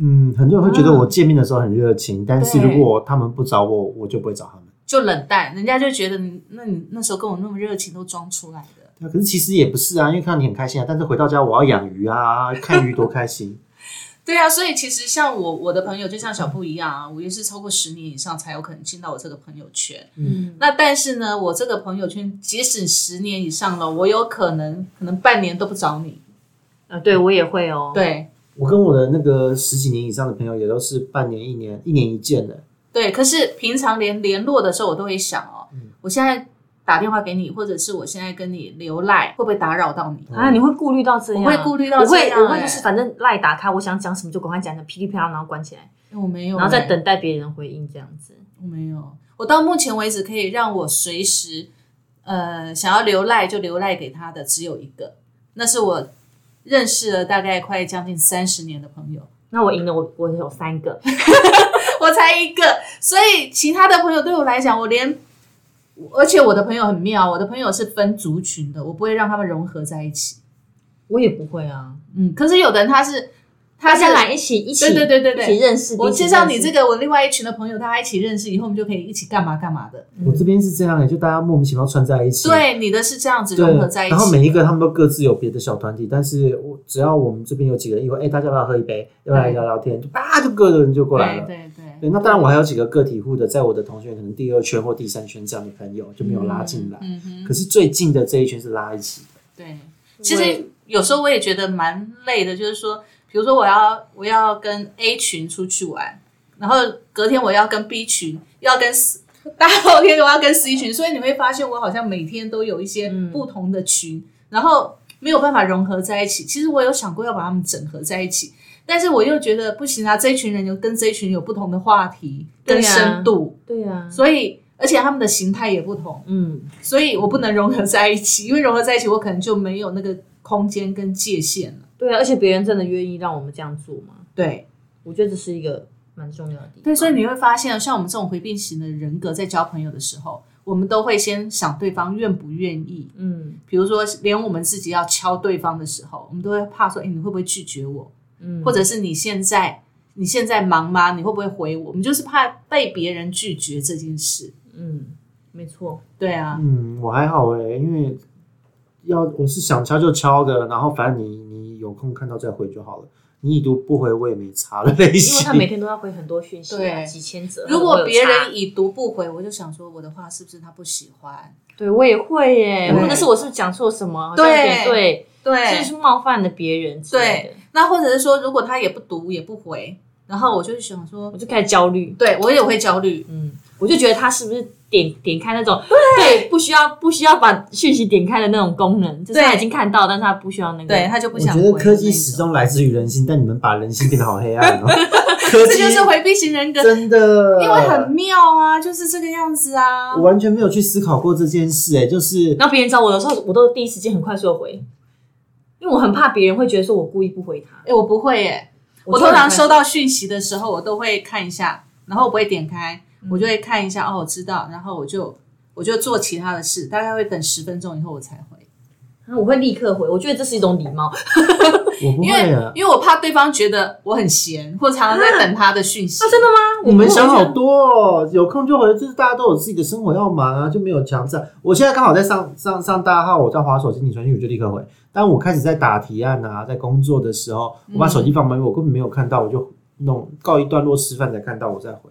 C: 嗯，很多人会觉得我见面的时候很热情，但是
A: 对
C: 如果他们不找我，我就不会找他们。
A: 就冷淡，人家就觉得你，那你那时候跟我那么热情都装出来的。
C: 对啊可是其实也不是啊，因为看到你很开心啊，但是回到家我要养鱼啊，看鱼多开心。
A: 对啊，所以其实像我我的朋友，就像小布一样啊，我也是超过十年以上才有可能进到我这个朋友圈。
D: 嗯，
A: 那但是呢，我这个朋友圈，即使十年以上了，我有可能可能半年都不找你。
D: 啊，对我也会哦。，
A: 对
C: 我跟我的那个十几年以上的朋友也都是半年、一年、一年一见的。
A: 对，可是平常连联络的时候，我都会想哦，
D: 嗯
A: 我现在打电话给你，或者是我现在跟你留赖，会不会打扰到你？
D: 啊，你会顾虑到这样？哎
A: 我会顾虑到
D: 我
A: 这
D: 会
A: 样
D: 我会
A: 欸
D: 就是反正赖打开，我想讲什么就赶快讲，讲噼里啪啦，然后关起来，
A: 我没有、
D: 然后再
A: 欸
D: 等待别人回应这样子。
A: 我没有，我到目前为止可以让我随时，呃，想要留赖就留赖给他的只有一个，那是我认识了大概快将近三十年的朋友。
D: 那我赢了，我我有三个，
A: 我才一个，所以其他的朋友对我来讲，我连，而且我的朋友很妙，我的朋友是分族群的，我不会让他们融合在一起。
D: 我也不会啊。
A: 嗯，可是有的人他是，他
D: 大
A: 是
D: 家来一起一起，
A: 对对对对对
D: 一起认识。
A: 我
D: 彼此
A: 介绍
D: 认识
A: 你这，个我另外一群的朋友，大家一起认识以后，我们就可以一起干嘛干嘛的。
D: 嗯
C: 我这边是这样的、就大家莫名其妙串在一起。
A: 对，你的是这样子
C: 对。
A: 融合在一
C: 然后
A: 起。
C: 每一个他们都各自有别的小团体，但是我只要我们这边有几个人，因为哎，大家要不要喝一杯，要不要来
A: 对
C: 聊聊天，就啪就各个人就过来
A: 对
C: 了。
A: 对对，
C: 对，那当然我还有几个个体户的，在我的同学可能第二圈或第三圈这样的朋友就没有拉进来，
A: 嗯哼，
C: 可是最近的这一圈是拉一起的。
A: 对。其实有时候我也觉得蛮累的，就是说，比如说我要我要跟 A 群出去玩，然后隔天我要跟 B 群，要跟 C- 大后天我要跟 C 群，所以你会发现我好像每天都有一些
D: 嗯
A: 不同的群，然后没有办法融合在一起。其实我有想过要把它们整合在一起，但是我又觉得不行啊，这一群人有跟这一群有不同的话题跟
D: 对啊
A: 深度，
D: 对啊，
A: 所以而且他们的形态也不同。
D: 嗯，
A: 所以我不能融合在一起，因为融合在一起，我可能就没有那个空间跟界限了。
D: 对啊，而且别人真的愿意让我们这样做吗？
A: 对
D: 我觉得这是一个蛮重要的地方。
A: 对，所以你会发现，像我们这种回避型的人格，在交朋友的时候，我们都会先想对方愿不愿意。
D: 嗯
A: 比如说，连我们自己要敲对方的时候，我们都会怕说：“哎，你会不会拒绝我？
D: 嗯，
A: 或者是你现在你现在忙吗？你会不会回我？”我们就是怕被别人拒绝这件事。
D: 嗯，没错，
A: 对啊，
C: 嗯，我还好哎、因为要我是想敲就敲的，然后反正你你有空看到再回就好了。你已读不回我也没差的类
D: 因为
C: 型
D: 他。每天都要回很多讯息、啊，
A: 对
D: 几千则。
A: 如
D: 我有
A: 果别
D: 查
A: 人已读不回，我就想说我的话是不是他不喜欢？
D: 对我也会耶，
A: 对
D: 或者是我是不是讲错什么？好像
A: 对
D: 有点对，是不
A: 对，
D: 是冒犯了别人之类的？
A: 那或者是说，如果他也不读也不回，然后我就想说
D: 我，就开始焦虑。
A: 对我也会焦虑。
D: 嗯，我就觉得他是不是点点开那种对不需要不需要把讯息点开的那种功能，就是他
A: 对
D: 已经看到，但是他不需要那个。
A: 对他就不
C: 我
A: 想
C: 觉
A: 回。
C: 得科技始，终来自于人性，但你们把人性变得好黑 暗哦。科
A: 这
C: 技
A: 就是回避型人格，
C: 真的，
A: 因为很妙啊，就是这个样子啊
C: 我。完全没有去思考过这件事、哎，就是
D: 然后别人找我的时候，我都第一时间很快速地回，因为我很怕别人会觉得说我故意不回他。
A: 哎，我不会耶，我
D: 就
A: 通
D: 很
A: 常
D: 快
A: 收到讯息的时候，我都会看一下，然后我不会点开，
D: 嗯
A: 我就会看一下，哦，我知道，然后我就我就做其他的事，大概会等十分钟以后我才回，
D: 速，我会立刻回，我觉得这是一种礼貌。
C: 我不
A: 因
C: 会啊
A: 为。因为我怕对方觉得我很闲，或常常在等他的讯息。
D: 啊真的吗？
C: 你们想
D: 我
C: 好
D: 觉得
C: 多哦，有空就回，就是大家都有自己的生活要忙啊，就没有强制啊。我现在刚好在上上上大号，我在划手机，你传讯我就立刻回。当我开始在打提案啊，在工作的时候，
D: 嗯
C: 我把手机放旁边，我根本没有看到，我就弄告一段落，吃饭才看到，我再回。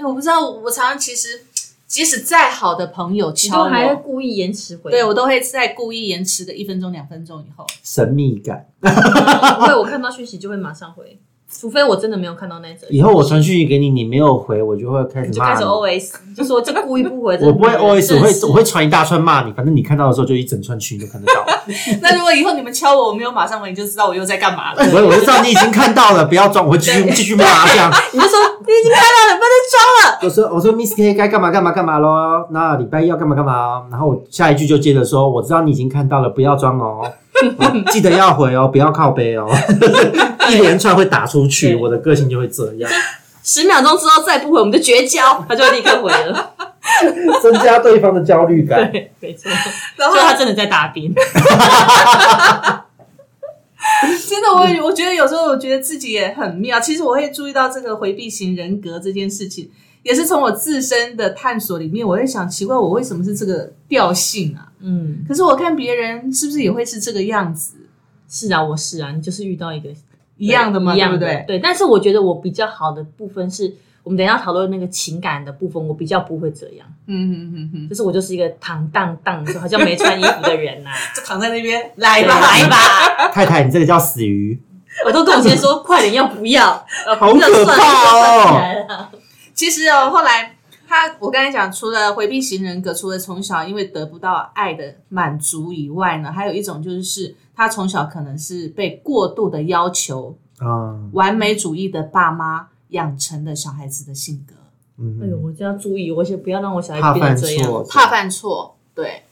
A: 哎，我不知道，我常常其实即使再好的朋友
D: 你
A: 敲
D: 都还
A: 我，
D: 故意延迟回，
A: 对我都会在故意延迟个一分钟两分钟以后。
C: 神秘感。
D: 不会，我看到讯息就会马上回，除非我真的没有看到那则。
C: 以后我传讯息给你，你没有回，我就会开
D: 你
C: 始
D: 就
C: 骂
D: 开始
C: 你。
D: OS，就说这故意不回，
C: 我不会 OS，我会我会
D: 会
C: 传一大串骂你，反正你看到的时候就一整串群都看得到。
A: 那如果以后你们敲我，我没有马上回，你就知道我又在干嘛了。
C: 我我就知道你已经看到了，不要装，我会继续继续骂啊这样。
D: 你就说你已经看到了，不要
C: 我说我说 Miss K 该干嘛干嘛干嘛咯，那礼拜一要干嘛干嘛哦，然后我下一句就接着说，我知道你已经看到了，不要装哦，记得要回哦，不要靠背哦，一连串会打出去，
D: 对
C: 我的个性就会这样，
D: 再装了，十秒钟之后再不回我们就绝交，他就会立刻回了。
C: 增加对方的焦虑感。
D: 对，没 错，
A: 然后
D: 所以他真的在打边。
A: 真的，我我觉得有时候我觉得自己也很妙。其实我会注意到这个回避型人格这件事情，也是从我自身的探索里面，我在想，奇怪，我为什么是这个调性啊？
D: 嗯，
A: 可是我看别人是不是也会是这个样子，
D: 是啊，我是啊，你就是遇到一个
A: 一样的嘛，
D: 一
A: 对
D: 样
A: 不
D: 的
A: 对？
D: 对，但是我觉得我比较好的部分是。我们等一下讨论那个情感的部分，我比较不会这样，
A: 嗯嗯嗯嗯，
D: 就是我就是一个坦荡荡，就好像没穿衣服的人呐、
A: 就躺在那边，来吧来
D: 来
A: 吧，
D: 吧，
C: 太太，你这个叫死鱼，
D: 我都跟我先生说，快点要不要？
C: 好可怕哦！
D: 哦！
A: 其实哦，后来他我刚才讲，除了回避型人格，除了从小因为得不到爱的满足以外呢，还有一种就是他从小可能是被过度的要求、
C: 嗯
A: 完美主义的爸妈养成的小孩子的性格，
D: 哎呦，
C: 嗯，
D: 我就要注意，我先不要让我小
C: 怕
D: 孩变
C: 犯
D: 成这样。
C: 错，
A: 怕犯错。对，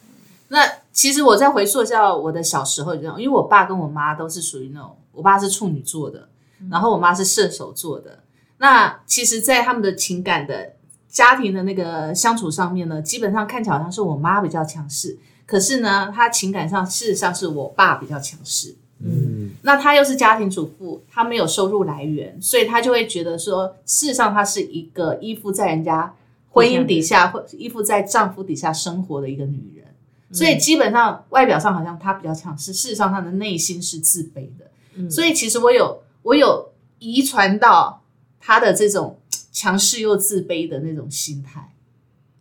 A: 那其实我再回溯一下我的小时候，就这样，因为我爸跟我妈都是属于那种，我爸是处女座的，然后我妈是射手座的。那其实，在他们的情感的家庭的那个相处上面呢，基本上看起来好像是我妈比较强势，可是呢，她情感上事实上是我爸比较强势。
C: 嗯，
A: 那她又是家庭主妇，她没有收入来源，所以她就会觉得说，事实上她是一个依附在人家婚姻底下，或依附在丈夫底下生活的一个女人。所以基本上外表上好像她比较强势，事实上她的内心是自卑的。
D: 嗯
A: 所以其实我有我有遗传到她的这种强势又自卑的那种心态，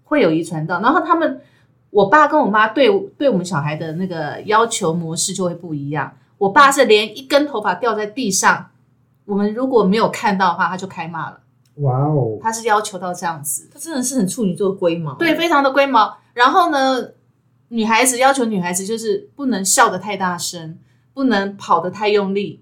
A: 会有遗传到。然后他们，我爸跟我妈对对我们小孩的那个要求模式就会不一样。我爸是连一根头发掉在地上，我们如果没有看到的话，他就开骂了。
C: 哇哦，
A: 他是要求到这样子，
D: 他真的是很处女座的龟毛。
A: 对，，非常的龟毛。然后呢，女孩子要求女孩子就是不能笑得太大声，不能跑得太用力，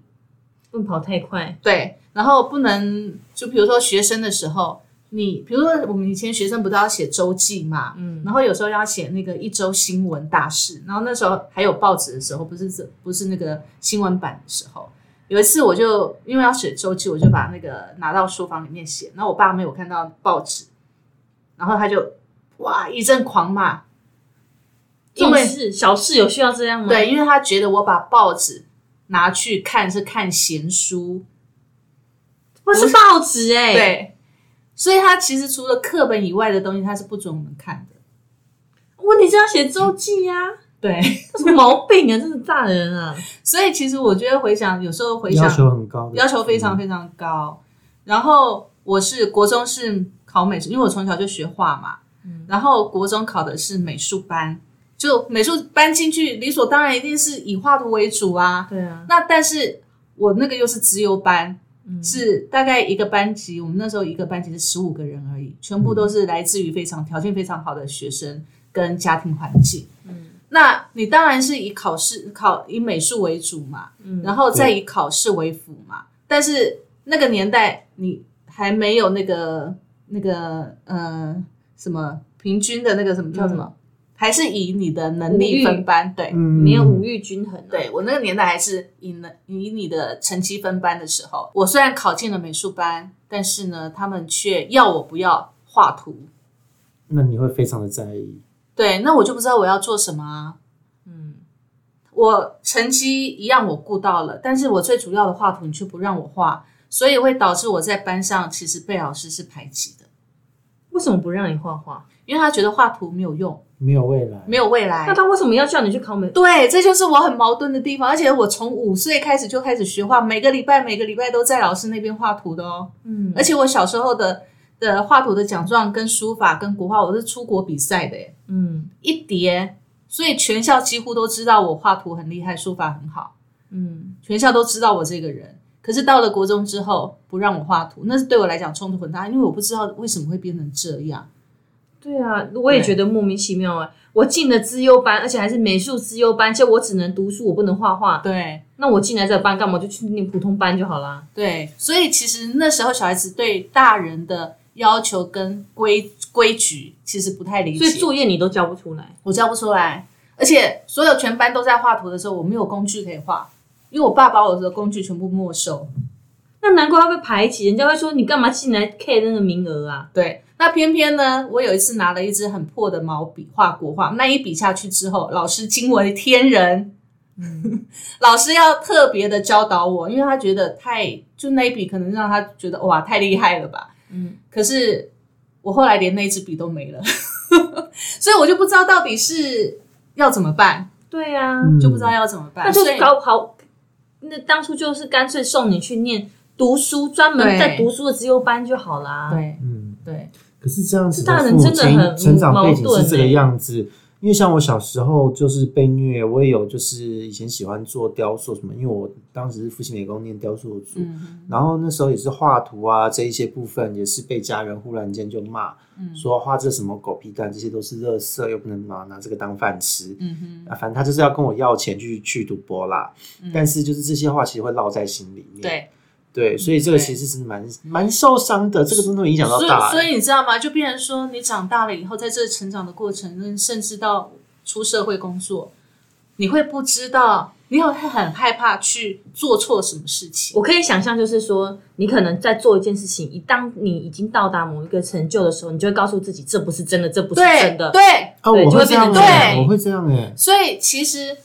D: 不能跑太快。
A: 对，然后不能就比如说学生的时候，你比如说我们以前学生不都要写周记嘛，
D: 嗯
A: 然后有时候要写那个一周新闻大事，然后那时候还有报纸的时候，不是这不是那个新闻版的时候。有一次我就因为要写周记，我就把那个拿到书房里面写，然后我爸没有看到报纸，然后他就哇一阵狂骂，
D: 因
A: 因
D: 为
A: 为
D: 事小事有需要这样吗？，
A: 对，因为他觉得我把报纸拿去看是看闲书，
D: 不是报纸哎、，
A: 对，所以他其实除了课本以外的东西，他是不准我们看的。
D: 问题是要写周记呀、啊
A: 对，
D: 这什么毛病啊？真是大人啊！
A: 所以其实我觉得回想，有时候回想
C: 要求很高的，嗯
A: 要求非常非常高。然后我是国中是考美术，因为我从小就学画嘛，
D: 嗯
A: 然后国中考的是美术班，就美术班进去理所当然一定是以画图为主啊。
D: 对啊，
A: 那但是我那个又是资优班，
D: 嗯
A: 是大概一个班级，我们那时候一个班级是十五个人而已，全部都是来自于非常条件非常好的学生跟家庭环境。
D: 嗯
A: 那你当然是以考试考以美术为主嘛，
D: 嗯，
A: 然后再以考试为辅嘛。但是那个年代你还没有那个那个呃什么平均的那个什么叫什
D: 嗯
A: 么，还是以你的能力分班。对、
C: 嗯，
D: 没有五育均衡啊。
A: 对，我那个年代还是以能以你的成绩分班的时候，我虽然考进了美术班，但是呢，他们却要我不要画图。
C: 那你会非常的在意。
A: 对，那我就不知道我要做什么啊。
D: 嗯，
A: 我成绩一样我顾到了，但是我最主要的画图你却不让我画，所以会导致我在班上其实被老师是排挤的，
D: 为什么不让你画画？
A: 因为他觉得画图没有用，
C: 没有未来，
A: 没有未来
D: 那。他为什么要叫你去考美？
A: 对，这就是我很矛盾的地方，而且我从五岁开始就开始学画，每个礼拜每个礼拜都在老师那边画图的哦。
D: 嗯
A: 而且我小时候的的画图的奖状跟书法跟国画，我是出国比赛的耶，
D: 嗯
A: 一叠，所以全校几乎都知道我画图很厉害，书法很好。
D: 嗯
A: 全校都知道我这个人。可是到了国中之后，不让我画图，那是对我来讲冲突很大，因为我不知道为什么会变成这样。
D: 对啊，我也觉得莫名其妙啊！我进了资优班，而且还是美术资优班，结果我只能读书，我不能画画。
A: 对
D: 那我进来这个班干嘛？我就去念普通班就好啦。
A: 对，所以其实那时候小孩子对大人的要求跟规规矩其实不太理
D: 所
A: 解，
D: 以作业你都交不出来。
A: 我教不出来。而且所有全班都在画图的时候，我没有工具可以画，因为我爸把我的工具全部没收。
D: 那难怪会被排挤，人家会说你干嘛进来 K 那个名额啊？
A: 对，那偏偏呢，我有一次拿了一支很破的毛笔画国画，那一笔下去之后，老师惊为天人。
D: 嗯
A: 老师要特别的教导我，因为他觉得太就那一笔可能让他觉得哇太厉害了吧。
D: 嗯，
A: 可是我后来连那一支笔都没了， 所以我就不知道到底是要怎么办，
D: 对呀、啊，
C: 嗯
A: 就不知道要怎么办。
D: 那就
A: 所以
D: 是搞好。那当初就是干脆送你去念读书，专门
A: 对
D: 在读书的资优班就好啦。，
A: 对
C: 嗯，
A: 对
C: 可是这样子，
D: 这大人
C: 父
D: 真的
C: 亲
D: 很
C: 成长
D: 矛
C: 背景
D: 盾
C: 是这个
D: 欸
C: 样子。因为像我小时候就是被虐，我也有就是以前喜欢做雕塑什么，因为我当时是复兴美工念雕塑组，
A: 嗯
C: 然后那时候也是画图啊这一些部分也是被家人忽然间就骂，
A: 嗯
C: 说画这什么狗屁蛋，这些都是垃圾，又不能拿拿这个当饭吃。
A: 嗯
C: 啊，反正他就是要跟我要钱去去赌博啦，
A: 嗯
C: 但是就是这些话其实会烙在心里面。
A: 哼，对。
C: 对，所以这个
A: 对
C: 其实是蛮蛮受伤的，这个真的会影响到
A: 所
C: 大
A: 以，
C: 人。
A: 所以你知道吗？就变成说，你长大了以后，在这成长的过程，甚至到出社会工作，你会不知道，你会很害怕去做错什么事情
D: 我。可以想象，就是说，你可能在做一件事情，一当你已经到达某一个成就的时候，你就会告诉自己，这不是真的，这不是
A: 对
D: 真的。
A: 对，
C: 啊，
D: 对
C: 我会
D: 就会
C: 这
D: 变
C: 样
D: 成
C: 哎、
A: 对
C: 我会这样哎、欸，
A: 所以其实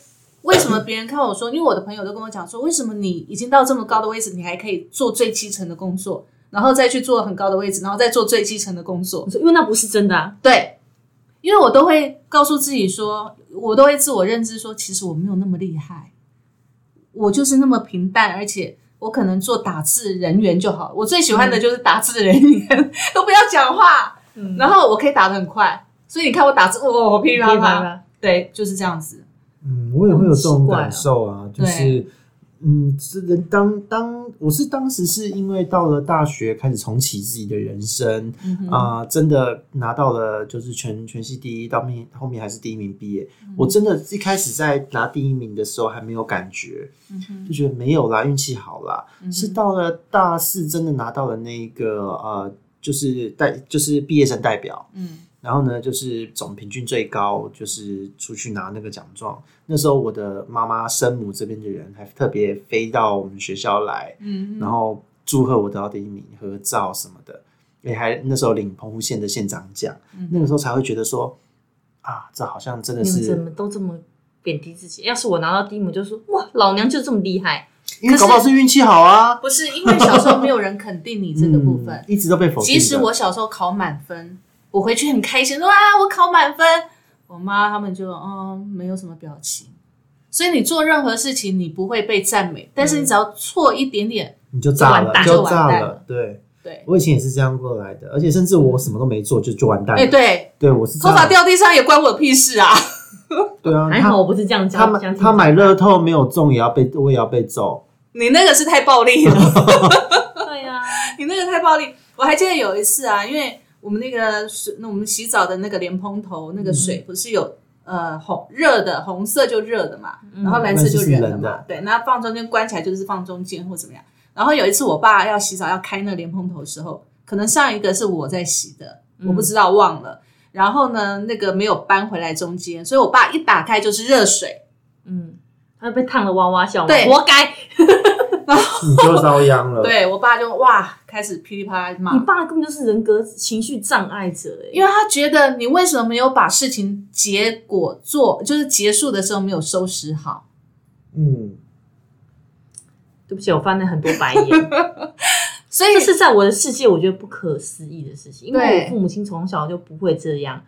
A: 为什么别人看我说，因为我的朋友都跟我讲说，为什么你已经到这么高的位置，你还可以做最基层的工作，然后再去做很高的位置，然后再做最基层的工作
D: 我？说，因为那不是真的啊。
A: 对，因为我都会告诉自己说，我都会自我认知说，其实我没有那么厉害，我就是那么平淡，而且我可能做打字人员就好。我最喜欢的就是打字人员，都不要讲话，
D: 嗯
A: 然后我可以打得很快，所以你看我打字，我、哦、噼里啪
D: 明白
A: 啦，
D: 吧
A: 对，就是这样子。
C: 嗯，我也会有这
D: 很
C: 种
D: 奇怪哦
C: 感受啊，就
A: 对
C: 是。嗯，这人当当我是当时是因为到了大学开始重启自己的人生
A: 嗯哼
C: 啊、真的拿到了就是全全系第一，到面后面还是第一名毕业。我真的一开始在拿第一名的时候还没有感觉，
A: 嗯哼
C: 就觉得没有啦，运气好啦。
A: 嗯
C: 是
A: 哼
C: 到了大四真的拿到了那个呃，就是代就是毕业生代表，
A: 嗯
C: 然后呢，就是总平均最高，就是出去拿那个奖状。那时候我的妈妈、生母这边的人还特别飞到我们学校来，
A: 嗯 哼，
C: 然后祝贺我得到第一名，合照什么的，也还那时候领澎湖县的县长奖。
A: 嗯
C: 那个时候才会觉得说，啊，这好像真的
D: 你们
C: 是
D: 怎，么都这么贬低自己？要是我拿到第一名，我就说哇，老娘就这么厉害。
C: 因为搞不好是运气好啊。
A: 不是因为小时候没有人肯定你这个部分
C: 嗯，一直都被否定
A: 即
C: 的。
A: 使我小时候考满分，我回去很开心，哇，我考满分。我妈他们就嗯没有什么表情，所以你做任何事情你不会被赞美，但
C: 嗯
A: 是你只要错一点点，
C: 你就炸了
D: 就完，蛋
A: 就完
C: 炸
A: 蛋
C: 了。对，
A: 对，
C: 我以前也是这样过来的，而且甚至我什么都没做就就完蛋
A: 哎、
C: 了。
A: 对，
C: 对，我是这
A: 头发
C: 样。
A: 掉地上也关我屁事啊！
C: 对
A: 嗯
C: 啊，
D: 还好
C: 他
D: 我不是这样教
C: 他
D: 这样
C: 买
D: 听
C: 他买乐透没有中也要被我也要被揍。
A: 你那个是太暴力了。
D: 对啊呀、
A: 你那个太暴力。我还记得有一次啊，因为我们那个水，那我们洗澡的那个莲蓬头那个水不是有、呃红热的，红色就热的嘛，
D: 嗯
A: 然后蓝色就
C: 蓝色是
A: 冷的
C: 冷
A: 嘛
C: 的，
A: 对，那放中间关起来就是放中间或怎么样。然后有一次我爸要洗澡要开那个莲蓬头的时候，可能上一个是我在洗的，我不知道忘了。然后呢，那个没有搬回来中间，所以我爸一打开就是热水，
D: 嗯，他被烫了哇哇笑嘛，
A: 对
D: 活该。
C: 你就遭殃 了。
A: 对我爸就哇开始噼里啪啦骂。
D: 你爸根本就是人格情绪障碍者哎、
A: 因为他觉得你为什么没有把事情结果做，就是结束的时候没有收拾好。
C: 嗯，
D: 对不起，我翻了很多白眼。
A: 所以
D: 这是在我的世界，我觉得不可思议的事情，因为
A: 对
D: 我父母亲从小就不会这样。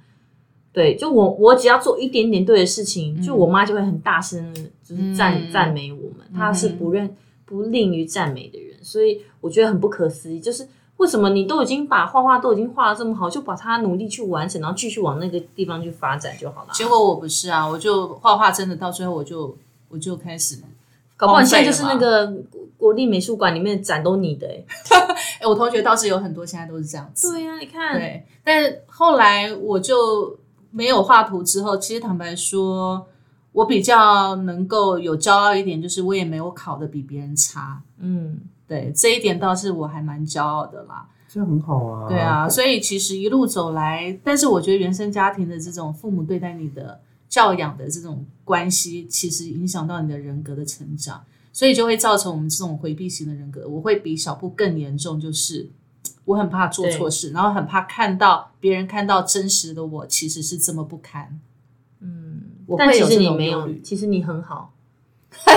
D: 对，就我我只要做一点点对的事情，
A: 嗯
D: 就我妈就会很大声的，就是赞
A: 嗯
D: 赞美我们，她是不认不吝于赞美的人，所以我觉得很不可思议，就是为什么你都已经把画画都已经画的这么好，就把它努力去完成，然后继续往那个地方去发展就好了。
A: 结果我不是啊，我就画画真的到最后我就我就开始，
D: 搞不好你现在就是那个国国立美术馆里面的展都你 的、欸，
A: 哎，我同学倒是有很多现在都是这样子。
D: 对呀、你看，
A: 对，但后来我就没有画图之后，其实坦白说，我比较能够有骄傲一点，就是我也没有考的比别人差。
D: 嗯，
A: 对，这一点倒是我还蛮骄傲的啦。
C: 这样很好
D: 嗯
C: 啊。
A: 对啊，所以其实一路走来，但是我觉得原生家庭的这种父母对待你的教养的这种关系，其实影响到你的人格的成长，所以就会造成我们这种回避型的人格。我会比小布更严重，就是我很怕做错事，然后很怕看到别人看到真实的我其实是这么不堪。我
D: 嗯但
A: 会
D: 其
A: 有
D: 实
A: 这
D: 你
A: 种
D: 没
A: 忧
D: 有
A: 虑，
D: 其实你很好。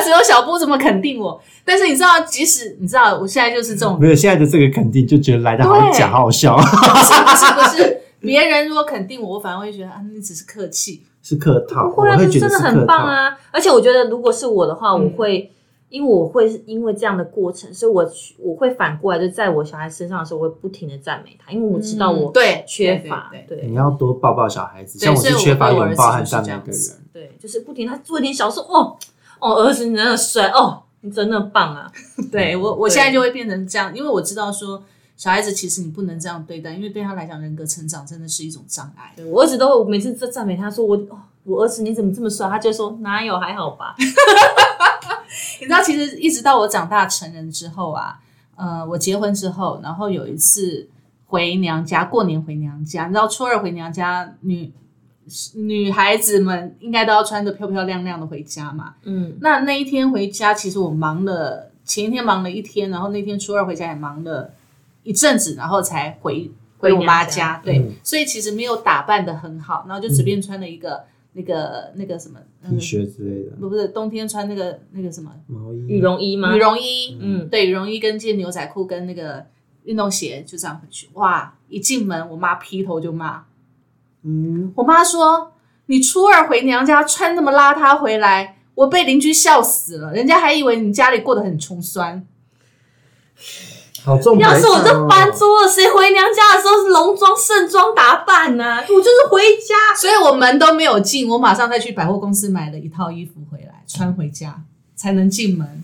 A: 只有小布这么肯定我，但是你知道，即使你知道，我现在就是 这种
C: 没有现在的这个肯定就觉得来的好像假
A: 对
C: 好好笑，
A: 不是不是不是，别人如果肯定我，我反而会觉得啊，你只是客气。
C: 是客套，
D: 不会
C: 我
D: 啊，
C: 会
D: 这
C: 觉
D: 真
C: 得
D: 的
C: 是
D: 很
C: 客
D: 棒
C: 套。
D: 啊！而且我觉得，如果是我的话，
A: 嗯
D: 我会，因为我会因为这样的过程，所以我去我会反过来，就在我小孩身上的时候，我会不停的赞美他，因为我知道我
A: 嗯对
D: 缺乏，
A: 对对
D: 对
C: 你要多抱抱小孩子，
A: 对
C: 像我是
A: 所以我
C: 缺乏
A: 对我
C: 拥抱
A: 儿
C: 和
A: 子就是
C: 赞美
A: 这样
C: 的
A: 子
C: 人。
D: 对就是不停，他做一点小事，哦哦，儿子你真的帅哦，你真的棒啊！
A: 对我，我
D: 对
A: 现在就会变成这样，因为我知道说小孩子其实你不能这样对待，因为对他来讲，人格成长真的是一种障碍。
D: 对我儿子都会我每次在赞美他说我哦，我儿子你怎么这么帅？他就会说哪有还好吧，
A: 你知道，其实一直到我长大成人之后啊，呃，我结婚之后，然后有一次回娘家过年回娘家，你知道初二回娘家，女女孩子们应该都要穿的漂漂亮亮的回家嘛。
D: 嗯
A: 那那一天回家，其实我忙了，前一天忙了一天，然后那天初二回家也忙了一阵子，然后才回回我妈
D: 回娘
A: 家。对，
C: 嗯
A: 所以其实没有打扮的很好，然后就随便穿了一个、那个那个什么，嗯
C: T，恤之类的
A: 不不是冬天穿那个那个什么
C: 毛衣，
D: 羽绒衣吗？
A: 羽绒衣，
D: 嗯
A: 对，羽绒衣跟件牛仔裤跟那个运动鞋就这样回去。哇，一进门我妈劈头就骂，
C: 嗯，
A: 我妈说：“你初二回娘家穿那么邋遢回来，我被邻居笑死了，人家还以为你家里过得很穷酸。
C: 好啊重。哦
D: 要是我这翻，桌了，谁回娘家的时候是浓妆盛装打扮呢、我就是回家，”
A: 所以我门都没有进，我马上再去百货公司买了一套衣服回来穿回家，才能进门。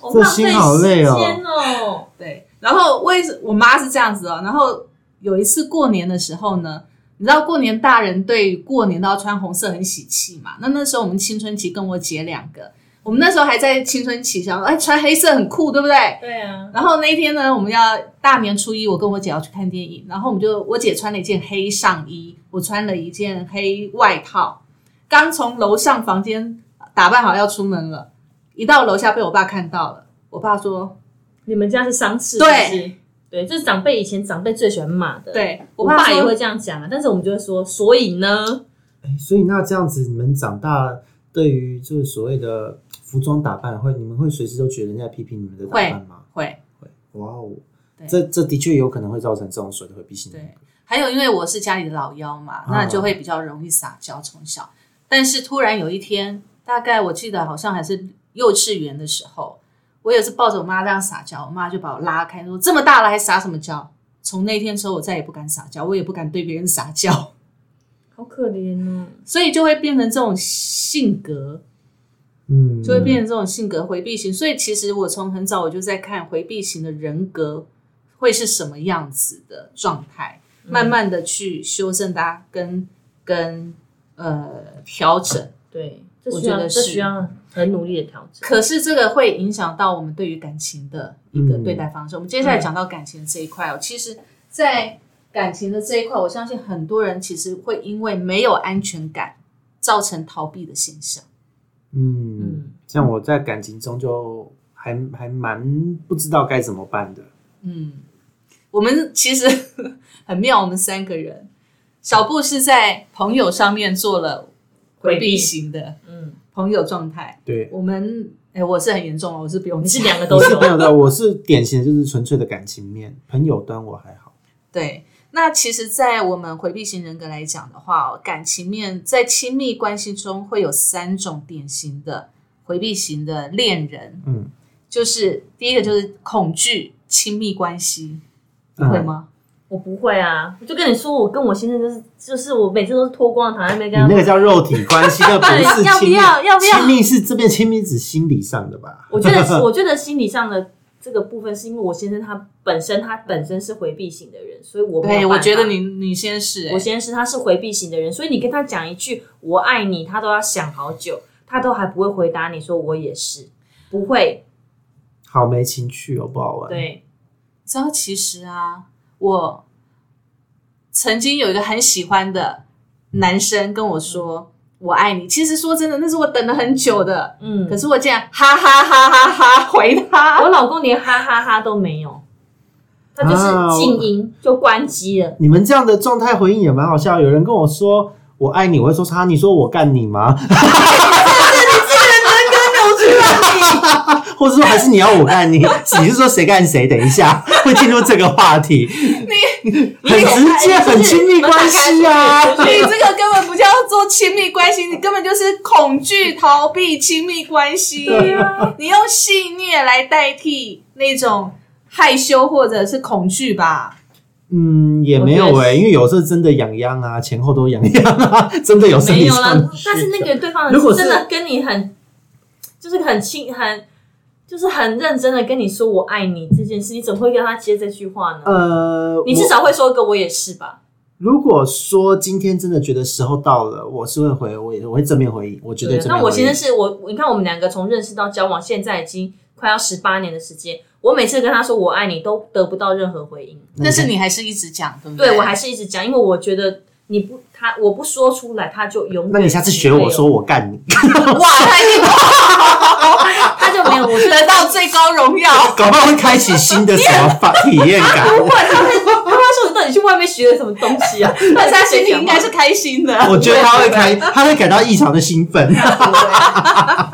D: 哦
C: 这心好累哦
D: 浪费时间哦。
A: 对，然后为什我妈是这样子哦，然后有一次过年的时候呢，你知道过年大人对过年都要穿红色很喜气嘛，那那时候我们青春期跟我姐两个，我们那时候还在青春期，想说哎穿黑色很酷，对不对？
D: 对啊，
A: 然后那一天呢，我们要大年初一，我跟我姐要去看电影，然后我们就我姐穿了一件黑上衣，我穿了一件黑外套，刚从楼上房间打扮好要出门了，一到楼下被我爸看到了，我爸说，
D: 你们家是商市，
A: 对
D: 是不是对，这是长辈以前长辈最喜欢骂的。，
A: 对
D: 我
A: 爸
D: 爸
A: 说
D: 也会这样讲啊，但是我们就会说，所以呢，
C: 哎，所以那这样子，你们长大对于就是所谓的服装打扮，会你们会随时都觉得人家批评你们的打扮吗？
A: 会，
C: 哇哦，
A: 对
C: 这这的确有可能会造成这种所谓的回避性人格
A: 对，还有因为我是家里的老幺嘛，那就会比较容易撒娇，从小。但是突然有一天，大概我记得好像还是幼稚园的时候，我也是抱着我妈这样撒娇，我妈就把我拉开说：“这么大了还撒什么娇？”从那天之后，我再也不敢撒娇，我也不敢对别人撒娇，
D: 好可怜哦。
A: 所以就会变成这种性格，
C: 嗯，
A: 就会变成这种性格回避型。所以其实我从很早我就在看回避型的人格会是什么样子的状态，
C: 嗯
A: 慢慢的去修正它跟跟呃调整。
D: 对，这
A: 我
D: 需
A: 觉
D: 要
A: 得
D: 这
A: 是
D: 需要很努力的调整。
A: 可是这个会影响到我们对于感情的一个
C: 嗯
A: 对待方式。我们接下来讲到感情这一块哦，其实，在感情的这一块，我相信很多人其实会因为没有安全感，造成逃避的现象。
C: 嗯，
D: 嗯，
C: 像我在感情中就还还蛮不知道该怎么办的。
A: 嗯，我们其实 很妙，我们三个人，小布是在朋友上面做了回避型的
D: 嗯，
A: 朋友状态，
C: 对，
A: 我们哎、我是很严重哦，我是不用
D: 你是
A: 讲
D: 两个都
C: 是
D: 有
C: 朋，友的，我是典型的就是纯粹的感情面，朋友端我还好。
A: 对，那其实，在我们回避型人格来讲的话哦，感情面在亲密关系中会有三种典型的回避型的恋人，
C: 嗯，
A: 就是第一个就是恐惧亲密关系，你
C: 嗯
A: 会吗？
D: 我不会啊。我就跟你说，我跟我先生就是就是我每次都是脱光躺在那
C: 嗯你
D: 边跟他
C: 那个叫肉体关系，那不是
A: 要不
C: 亲密，
A: 要要不要
C: 亲密是这边亲密指心理上的吧？
D: 我觉得，我觉得心理上的这个部分，是因为我先生他本身他本身是回避型的人，所以我没
A: 对，
D: 有
A: 我
D: 办法
A: 觉得你你先是、哎
D: 我先生他是回避型的人，所以你跟他讲一句“我爱你”，他都要想好久，他都还不会回答你说“我也是”，不会。
C: 好没情趣哦，不好玩。，
D: 对，
A: 你知道，其实啊，我曾经有一个很喜欢的男生跟我说“我爱你”，其实说真的，那是我等了很久的，
D: 嗯，
A: 可是我竟然哈哈哈哈哈回他。
D: 我老公连哈哈哈都没有，他
A: 啊
D: 就是静音、就关机了。
C: 你们这样的状态回应也蛮好笑。有人跟我说我爱你，我会说他，你说我干你吗？ 或者说还是你要我干你？你是说谁干谁？等一下会进入这个话题，你很直
D: 哎
C: 接，很亲密关系啊。
A: 你这个根本不叫做亲密关系，你根本就是恐惧逃避亲密关系。
D: 啊
A: 你用戏谑来代替那种害羞或者是恐惧吧。
C: 嗯，也没有
D: 我觉得
C: 哎、因为有时候真的痒痒啊，前后都痒痒啊，真的有生
D: 没
C: 理
D: 有
C: 上
D: 啦
C: 的，需
D: 但是那个对方
C: 如果是
D: 真的跟你很，就是很亲很。就是很认真的跟你说“我爱你”这件事，你怎么会跟他接这句话呢？
C: 呃，
D: 你至
C: 我
D: 少会说一个“我也是”吧？
C: 如果说今天真的觉得时候到了，我是会回，我也我会正面回应，我绝对
D: 对。
C: 正面回应。
D: 那我先生是我，你看我们两个从认识到交往，现在已经快要十八年的时间，我每次跟他说“我爱你”，都得不到任何回应。
C: 你
A: 但是你还是一直讲，对不
D: 对
A: 对
D: 我还是一直讲，因为我觉得你不他我不说出来，他就永远
C: 那你下次学我说我干你，
A: 哇，他已经
D: 他就没有，我 觉
A: 得
D: 得
A: 到最高荣耀。
C: 搞不好会开启新的什么发体验 感。
D: 他会说你到底去外面学了什么东西 啊？
A: 但
D: 但
A: 是他心里应该是开心的。
C: 我觉得他会开，他会感到异常的兴奋。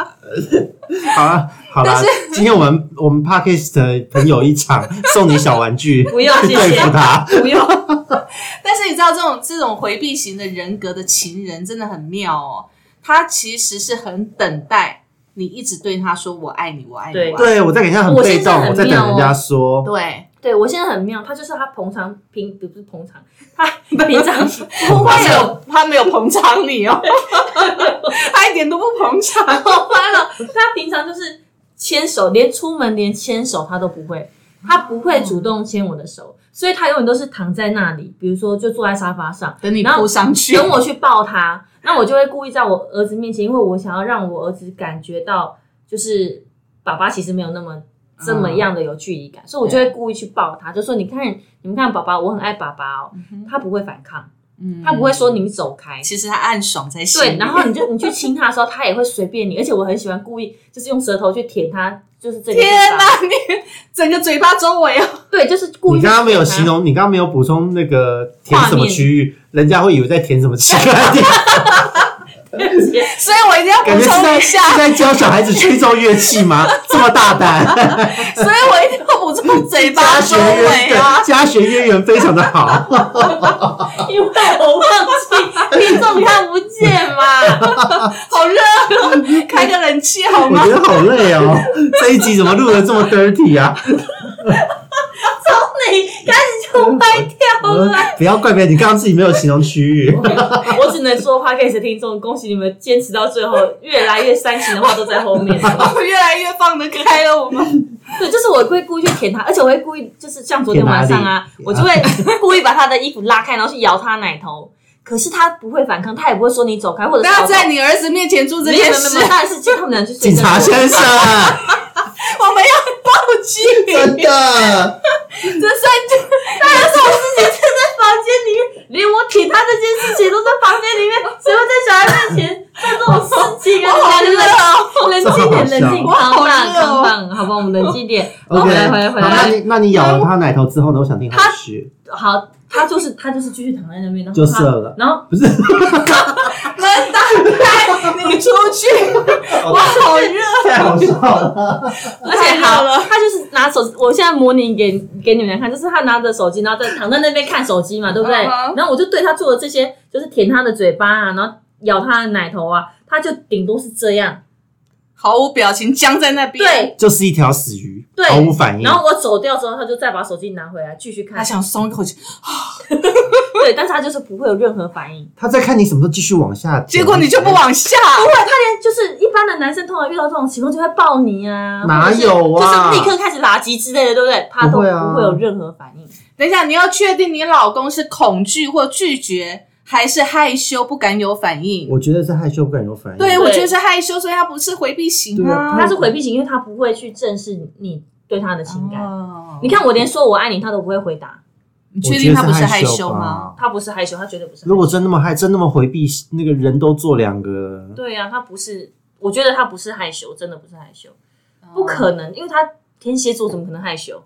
C: 好了，好了，今天我们我们 Parkes 的朋友一场，送你小玩具，
D: 不要谢谢
C: 对付他。
D: 不用，
A: 但是你知道这种这种回避型的人格的情人真的很妙哦，他其实是很等待你一直对他说“我爱你，我爱你”，
D: 对
A: 我爱你
C: 对我在给人家很被动，我
D: 我
C: 在
D: 现在很
C: 等
D: 妙
C: 人
D: 哦
C: 家说。
A: 对，
D: 对我现在很妙，他就是他捧场平不是捧 场，他平常
A: 不会有 他没有捧场你哦， 他一点都不捧 场。哦
D: 花了，他平常就是牵手，连出门连牵手他都不会，他不会主动牵我的手，所以他永远都是躺在那里，比如说就坐在沙发上，
A: 等你
D: 然后
A: 扑上去，
D: 等我去抱他，那我就会故意在我儿子面前，因为我想要让我儿子感觉到，就是爸爸其实没有那么这么样的有距离感，所以我就会故意去抱他，就说你看你们看爸爸，我很爱爸爸哦，他不会反抗，
A: 嗯
D: 他不会说你走开。
A: 其实他暗爽在心里。
D: 对，然后你就你去亲他的时候，他也会随便你，而且我很喜欢故意就是用舌头去舔他，就是这个地
A: 天
D: 方
A: 哪，你整个嘴巴周围哦，
D: 对，就是故意
C: 你
D: 去舔他。
C: 刚刚没有形容，你刚刚没有补充那个填什
D: 啊画
C: 么
D: 面
C: 区域，人家会以为在填什么奇怪地方。
A: 所以我一定要补
C: 感觉是
A: 充
C: 在
A: 一下，
C: 是在教小孩子吹奏乐器 吗？这么大胆，
A: 所以我一定要补充嘴巴
C: 家学
A: 收
C: 渊
A: 尾啊
C: 源，。家学渊源非常的好。
D: 因为我忘记听众看不见嘛。
A: 好热，哦开个冷气好
C: 我
A: 吗
C: 觉？得好累哦，这一集怎么录的这么 dirty 啊？
D: 你开始就歪掉
C: 我
D: 了。
C: 呃不要怪别人，你刚刚自己没有形容区 域。
D: 我只能说 podcast 听众，恭喜你们坚持到最后，越来越煽情的话都在后面。
A: 我越来越放得开了，我 们
D: 对，就是我会故意去舔它，而且我会故意就是像昨天晚上啊，
C: 舔哪里
D: 我就会故意把它的衣服拉开，然后去咬它奶头。可是它不会反抗，它也不会说你走开，或者
A: 不
D: 是
A: 要在你儿子面前做这
D: 没有
A: 件
D: 没有没
A: 事
D: 有，，当然是就他们俩去睡
C: 警
D: 觉
C: 察先 生，
A: 我们要报警。
C: 真的，
D: 这算就，那要是我自己就在房间里面，连我舔他这件事情都在房间里面，谁会在小孩面前做这种事情啊？
A: 我好热
D: 哦！冷静点，冷静，
C: 我
A: 好
D: 扛
A: 热
D: 棒，
A: 哦
D: 扛棒，好吧，我们冷静点。我
C: OK，
D: 回来，回来，回
C: 好那
D: 来。
C: 你那你咬了他奶头之后呢？我想听好事，
D: 好，他就是他就是继续躺在那边，然后
C: 就
D: 他
C: 射了，
D: 然后
C: 不是？
A: 门打开，哎你出去，
C: 我
A: 哇， 好热！
C: 太好笑 了。
D: 而且
A: 太
D: 好
A: 热了
D: 他就是拿手，我现在模拟给给你们看，就是他拿着手机，然后在躺在那边看手机嘛，对不对
A: 嗯哼
D: 然后我就对他做的这些，就是舔他的嘴巴啊，然后咬他的奶头啊，他就顶多是这样，
A: 毫无表情，僵在那边。，
D: 对。
C: 就是一条死鱼，
D: 对
C: 毫无反应
D: 然。后我走掉之后，他就再把手机拿回来继续看
A: 他，想松一口气，
D: 对，但是他就是不会有任何反应。
C: 他在看你什么时候继续往下舔，
A: 结果你就不往下。
D: 但就是一般的男生通常遇到这种情况就会抱你啊，
C: 哪
D: 或者是
C: 有啊
D: 就是立刻开始拉鸡之类的，对不对？他都
C: 不会啊
D: 不会有任何反应。
A: 等一下，你要确定你老公是恐惧或拒绝，还是害羞不敢有反应？
C: 我觉得是害羞不敢有反应。
A: 对，
D: 对
A: 我觉得是害羞，所以他不是回避型
C: 对
A: 啊。
C: 啊
D: 他是回避型，因为他不会去正视你对他的情感。
A: 哦
D: 你，看，我连说我爱你，他都不会回答。
A: 你
C: 我
A: 确
C: 觉
A: 定
C: 得
A: 他不是
C: 是
A: 害羞
C: 羞
A: 吗？
C: 吧？
D: 他不是害羞，他绝对不是害羞。
C: 如果真那么害，真那么回避，那个人都做两个，
D: 对呀、他不是，我觉得他不是害羞，真的不是害羞，
C: 哦
D: 不可能，因为他天蝎座怎么可能害羞？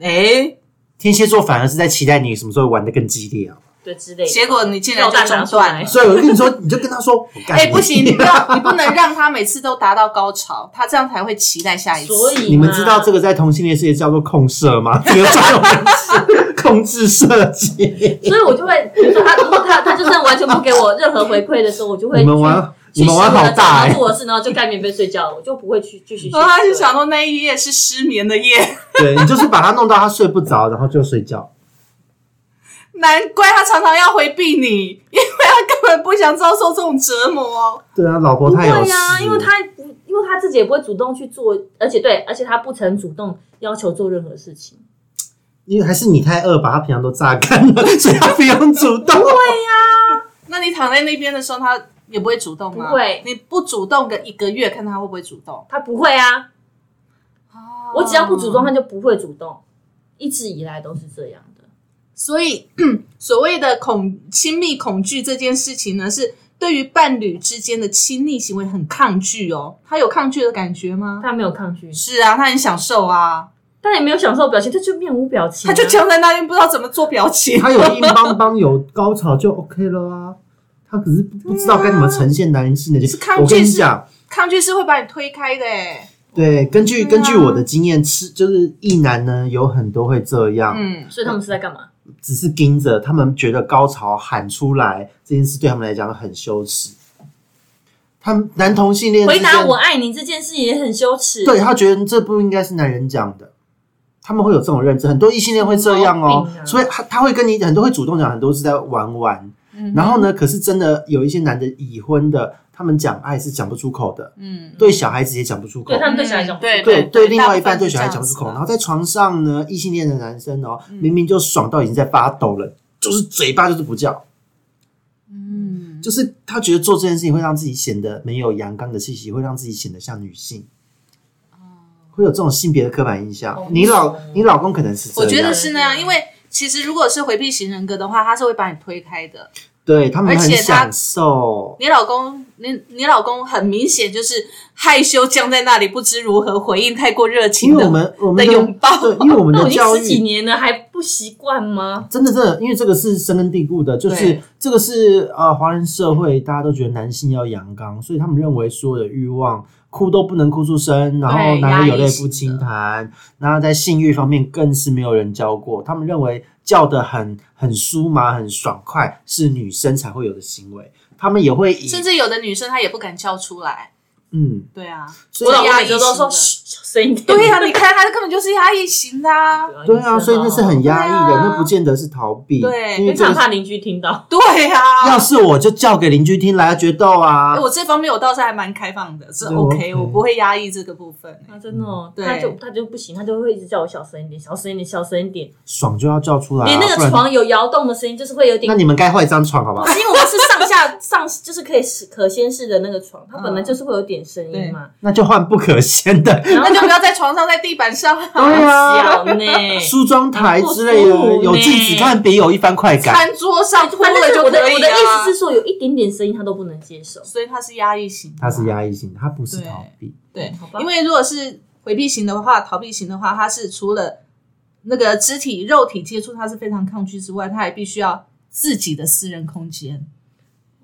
A: 哎，
C: 天蝎座反而是在期待你什么时候玩的更激烈啊。
D: 对之类的。
A: 结果你竟然
D: 肉
A: 就
D: 蛋
A: 中
D: 拿出来
A: 断了。
C: 所以我跟你说，你就跟他说，哎
A: 哎、不行，你不 要，你不能让他每次都达到高潮，他这样才会期待下一次。
D: 所以嘛
C: 你们知道这个在同性恋世界叫做控射吗？这个专有名词，控制设计。
D: 所以我就会，比如说他如果他他就是完全不给我任何回馈的时候，我就会
C: 你们
D: 去
C: 玩，
D: 去
C: 你们玩
D: 洗我
C: 好
D: 的澡
C: 大哎、
D: 然后做我的事，然后就盖棉被睡觉了，我就不会去继续去。
A: 然后哦他就想说那一夜是失眠的夜，
C: 对你就是把他弄到他睡不着，然后就睡觉。
A: 难怪他常常要回避你，因为他根本不想遭受这种折磨。
C: 对啊，老婆
D: 不
C: 太有
D: 会
C: 事
D: 呀、
C: 了，
D: 因为他不，因为他自己也不会主动去做，而且对，而且他不曾主动要求做任何事情。
C: 因为还是你太饿，把他平常都榨干了，所以他不用主动。
A: 那你躺在那边的时候，他也不会主动吗？
D: 不会
A: 你不主动个一个月，看他会不会主动。
D: 他不会啊，我只要不主动，
A: 哦，
D: 他就不会主动，一直以来都是这样的。
A: 所以 所谓的恐亲密恐惧这件事情呢，是对于伴侣之间的亲密行为很抗拒哦。他有抗拒的感觉吗？
D: 他没有抗拒，
A: 是啊，他很享受啊。
D: 但也没有享受表情，他就面无表情啊、
A: 他就僵在那边，不知道怎么做表情。
C: 他有硬邦邦，有高潮就 OK 了啊。他可是不知道该怎么呈现男性的。
A: 是抗拒
C: 我跟你
A: 是
C: 讲，
A: 抗拒是会把你推开的，哎，
C: 对，根据
A: 对啊
C: 根据我的经验，吃就是异男呢，有很多会这样，
A: 嗯，
D: 所以他们是在干嘛？
C: 只是盯着他们觉得高潮喊出来这件事对他们来讲很羞耻。他们男同性恋之
D: 回
C: 间
D: 答我，爱你这件事也很羞耻，
C: 对他觉得这不应该是男人讲的，他们会有这种认知，很多异性恋会这样
D: 毛
C: 哦
D: 病，啊
C: 所以他他会跟你很多会主动讲，很多是在玩玩。
A: 嗯
C: 然后呢，可是真的有一些男的已婚的，他们讲爱是讲不出口的，
A: 嗯，
C: 对小孩子也讲不出口
D: 对，他们对小孩讲不出
A: 对
D: 口，
C: 对对，另
A: 大部
C: 外一
A: 分
C: 半对
A: 是
C: 小孩
A: 这样
C: 讲不
A: 子啊嗯
C: 出口，
A: 的
C: 然后在床上呢，异性恋的男生哦，明明就爽到已经在发抖了，就是嘴巴就是不叫，
A: 嗯，
C: 就是他觉得做这件事情会让自己显得没有阳刚的气息，会让自己显得像女性，会有这种性别的刻板印象
D: 哦。
C: 你老
D: 是
C: 你老公可能是这
A: 我
C: 样，
A: 觉得是那样，因为其实如果是回避型人格的话，他是会把你推开的。
C: 对他们
A: 而
C: 很
A: 且他
C: 享受，
A: 你老公，你你老公很明显就是害羞僵在那里，不知如何回应太过热情
C: 因为我
A: 的
C: 们我们
A: 的
C: 的
A: 拥抱
C: 对，因为我们
D: 都
C: 的
D: 已经
C: 教
D: 十几
C: 育。
D: 年了，还不不习惯吗？
C: 真的，真的，因为这个是深根蒂固的，就是
A: 对
C: 这个是呃，华人社会大家都觉得男性要阳刚，所以他们认为所有的欲望哭都不能哭出声，然后
A: 对
C: 男
A: 压
C: 人
A: 抑
C: 有泪
A: 型
C: 不
A: 的
C: 轻弹，然后在性欲方面更是没有人教过，他们认为叫的很很酥麻、很爽快是女生才会有的行为，他们也会以
A: 甚至有的女生她也不敢叫出来。
C: 嗯，
A: 对啊，
C: 所
D: 我
A: 对
C: 以
D: 老公
A: 压
D: 每
A: 抑
D: 周都
A: 型
D: 说
A: 的
D: 嘘小声一点。
A: 对啊，你看她根本就是压抑型的、啊。
C: 对啊，所以那是很压抑
A: 对
C: 的，
A: 啊
C: 那不见得是逃避，
A: 对
C: 因为
D: 非
C: 这
D: 常
C: 个是
D: 哦怕邻居听到。
A: 对啊，
C: 要是我就叫给邻居听来决斗啊
A: 哎，我这方面我倒是还蛮开放的，是
C: 对 OK
A: OK，我不会压抑这个部 分。
D: 啊，真的、哦，
A: 对
D: 他就他就不行，他就会一直叫我小声一点，小声一点，小声一点，
C: 爽就要叫出来、啊，
D: 连那
C: 不
D: 个
C: 然
D: 床有摇动的声音，就是会有点
C: 那。你们该换一张床好不好？
D: 因为我 们是上下上，就是可以是可掀式的那个床，它
C: 嗯
D: 本来就是会有点声音嘛。
C: 那就换不可掀的
D: 然后
A: 那就不要在床上，在地板 上啊，
C: 对啊
D: 小呢，
C: 梳妆台之类
D: 很不
C: 的，
D: 舒服
C: 有镜子看别有一番快感。
A: 餐桌上脱
D: 哎反正
A: 了
D: 是
A: 就
D: 我的
A: 可以
D: 我的意
A: 啊
D: 思。是说，有一点点声音他都不能接受。
A: 所以他是压抑型的，
C: 它是压抑性的，它不是逃避。
A: 对
D: 好吧，
A: 因为如果是回避型的话，逃避型的话，它是除了那个肢体、肉体接触，它是非常抗拒之外，它还必须要自己的私人空间，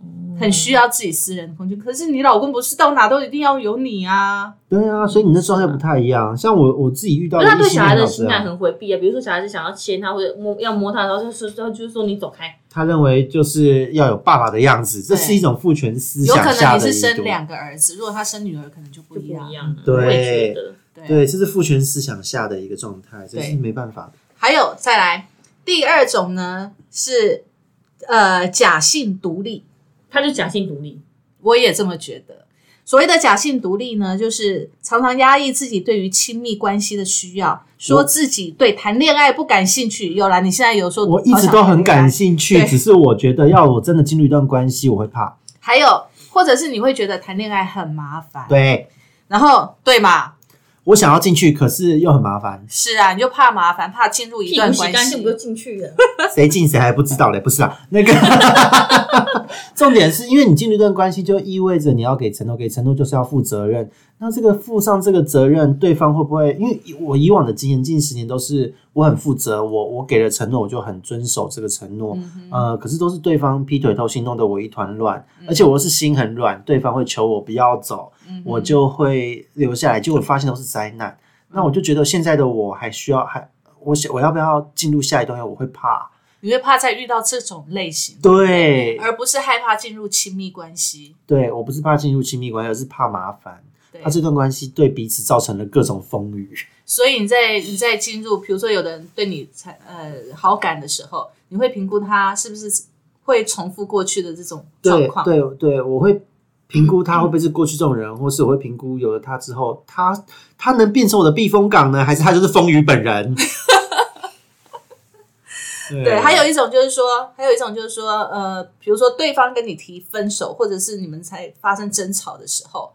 D: 哦
A: 很需要自己私人空间。可是你老公不是到哪都一定要有你啊？
C: 对啊，所以你那状态不太一样。像我我自己遇到
D: 因
C: 的异
D: 为他对
C: 性
D: 小孩
C: 恋
D: 的
C: 老师
D: 情感
C: 啊，
D: 很回避啊，比如说小孩子想要牵他或者摸要摸他，然后就是然后就是说你走开，
C: 他认为就是要有爸爸的样子，这
A: 对
C: 是一种父权思
A: 有
C: 想
A: 可能
C: 下
A: 你
C: 的
A: 是
C: 一
A: 生
C: 种。
A: 两个儿子，如果他生女儿，可能就不
D: 就不
A: 一样。
D: 一样了。
C: 对
D: 我也觉得
A: 对，
C: 对，这是父权思想下的一个状态，这是
A: 对
C: 没办法的。
A: 还有再来第二种呢是呃假性独立。
D: 他就假性独立，
A: 我也这么觉得。所谓的假性独立呢，就是常常压抑自己对于亲密关系的需要，说自己对谈恋爱不感兴趣。有啦，你现在有说
C: 我一直都很感，兴趣，
A: 对
C: 只是我觉得要我真的进入一段关系，我会怕。
A: 还有或者是你会觉得谈恋爱很麻烦，，
C: 对
A: 然后对嘛？
C: 我想要进去，可是又很麻烦，
A: 是啊，你就怕麻烦，怕进入一
D: 屁
A: 段
D: 股洗
A: 关
D: 干
A: 系
D: 净不。就进去了？
C: 谁进哎谁还不知道嘞，不是啊，那个 重点是因为你进入一段关系，就意味着你要给承诺，给承诺就是要负责任。那这个负上这个责任，对方会不会？因为我以往的经验，近十年都是我很负责，我我给了承诺，我就很遵守这个承诺。呃，可是都是对方劈腿偷心，弄得我一团乱，而且我是心很软，对方会求我不要走，我就会留下来，结果发现都是灾难。那我就觉得现在的我还需要还。我想我要不要进入下一段？我会怕，
A: 你会怕再遇到这种类型，
C: 对，
A: 而不是害怕进入亲密关系。
C: 对我不是怕进入亲密关系，而是怕麻烦。
A: 对
C: 他，这段关系对彼此造成了各种风雨，
A: 所以你在你在进入，比如说有的人对你产呃好感的时候，你会评估他是不是会重复过去的这种 状
C: 对
A: 况。
C: 对对，我会评估他会不会是过去这种人，或是我会评估有了他之后，他他能变成我的避风港呢，还是他就是风雨本人？对
A: 对还有一种就是说，还有一种就是说，呃，比如说对方跟你提分手，或者是你们才发生争吵的时候，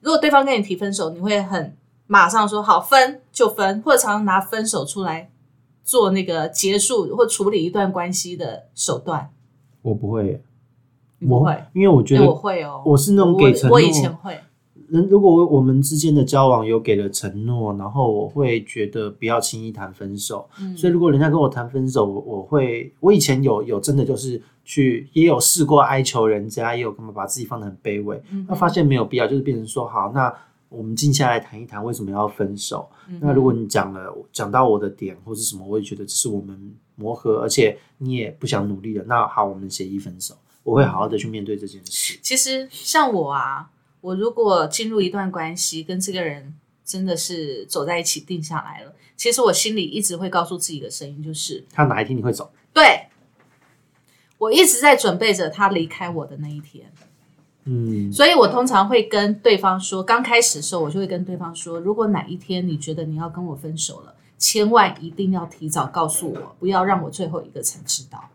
A: 如果对方跟你提分手，你会很马上说好分就分，或者常常拿分手出来做那个结束或处理一段关系的手段。
C: 我不会耶，
A: 你不
C: 我
A: 会？
C: 因为我觉
A: 哎
C: 得
A: 我会哦，
C: 我是那种
A: 我
C: 给承诺
A: 我以前会。
C: 人如果我们之间的交往有给了承诺，然后我会觉得不要轻易谈分手。
A: 嗯
C: 所以如果人家跟我谈分手，我我会我以前有有真的就是去也有试过哀求人家，也有干嘛把自己放得很卑微，
A: 嗯哼
C: 那发现没有必要，就是变成说好，那我们静下来谈一谈为什么要分手。
A: 嗯
C: 那如果你讲了讲到我的点或是什么，我也觉得这是我们磨合，而且你也不想努力了，那好，我们协议分手。我会好好的去面对这件事。
A: 其实像我啊，我如果进入一段关系，跟这个人真的是走在一起定下来了，其实我心里一直会告诉自己的声音就是，
C: 他哪一天你会走？
A: 对我一直在准备着他离开我的那一天。
C: 嗯，
A: 所以我通常会跟对方说，刚开始的时候我就会跟对方说，如果哪一天你觉得你要跟我分手了，千万一定要提早告诉我，不要让我最后一个才知道。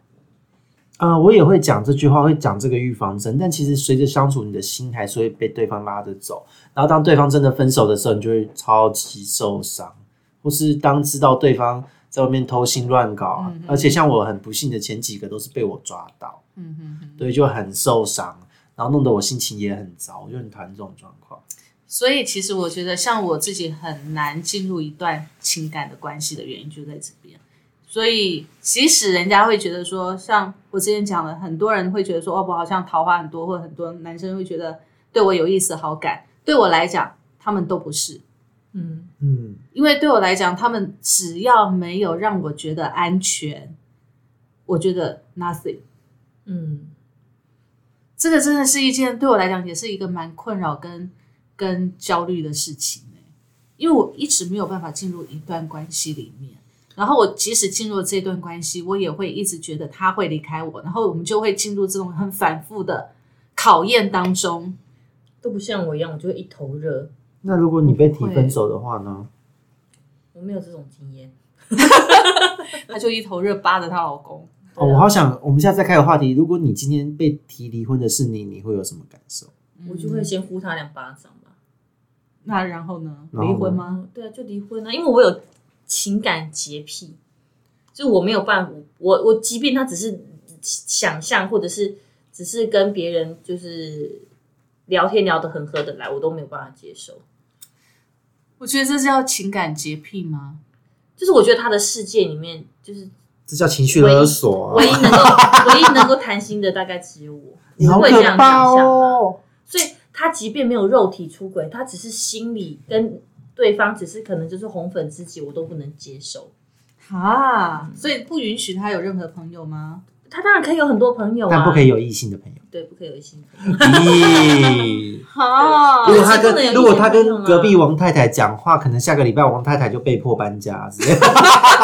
C: 呃，我也会讲这句话，会讲这个预防针，但其实随着相处，你的心还是会被对方拉着走。然后当对方真的分手的时候，你就会超级受伤，或是当知道对方在外面偷心乱搞啊，
D: 嗯
C: 而且像我很不幸的前几个都是被我抓到，
A: 嗯哼哼。
C: 对，就很受伤，然后弄得我心情也很糟，我就很讨厌这种状况。
A: 所以其实我觉得，像我自己很难进入一段情感的关系的原因就在这边，所以即使人家会觉得说，像我之前讲的，很多人会觉得说，哦，我好像桃花很多，或者很多男生会觉得对我有意思、好感。对我来讲，他们都不是，
D: 嗯，
C: 嗯，
A: 因为对我来讲，他们只要没有让我觉得安全，我觉得 nothing。
D: 嗯，
A: 这个真的是一件对我来讲也是一个蛮困扰跟跟焦虑的事情、欸、因为我一直没有办法进入一段关系里面，然后我即使进入了这段关系，我也会一直觉得他会离开我，然后我们就会进入这种很反复的考验当中。
D: 都不像我一样，我就会一头热，
C: 那如果你被提分手的话呢？
D: 我没有这种经验。
A: 她就一头热扒着她老公，
C: 哦，我好想，我们下次再开个话题。如果你今天被提离婚的是你，你会有什么感受？
D: 我就
A: 嗯
D: 会先呼他两巴掌吧。
A: 那然后呢？
C: 然后
A: 离
C: 呢
A: 婚吗？
D: 对啊，就离婚啊，因为我有情感洁癖，就我没有办法，我我即便他只是想象，或者是只是跟别人就是聊天聊得很合得来，我都没有办法接受。
A: 我觉得这是叫情感洁癖吗？
D: 就是我觉得他的世界里面，就是
C: 这叫情绪勒索、
D: 唯一
C: 啊，
D: 能够唯一能够谈心的大概只有我，
C: 你
D: 我
C: 好
D: 会这
C: 可
D: 样想
C: 怕
D: 象啊。
C: 哦！
D: 所以他即便没有肉体出轨，他只是心里跟对方只是可能就是红粉知己，我都不能接受。
A: 啊，所以不允许他有任何朋友吗？
D: 他当然可以有很多朋友啊，
C: 但不可以有异性的 朋友。
D: 对，不可以有异性朋友。
C: 咦，
A: 啊
C: 如果他
D: 不能有
C: 跟
D: 异性
C: 如果他
D: 朋友
C: 跟
D: 吗
C: 隔壁王太太讲话，可能下个礼拜王太太就被迫搬家之类的，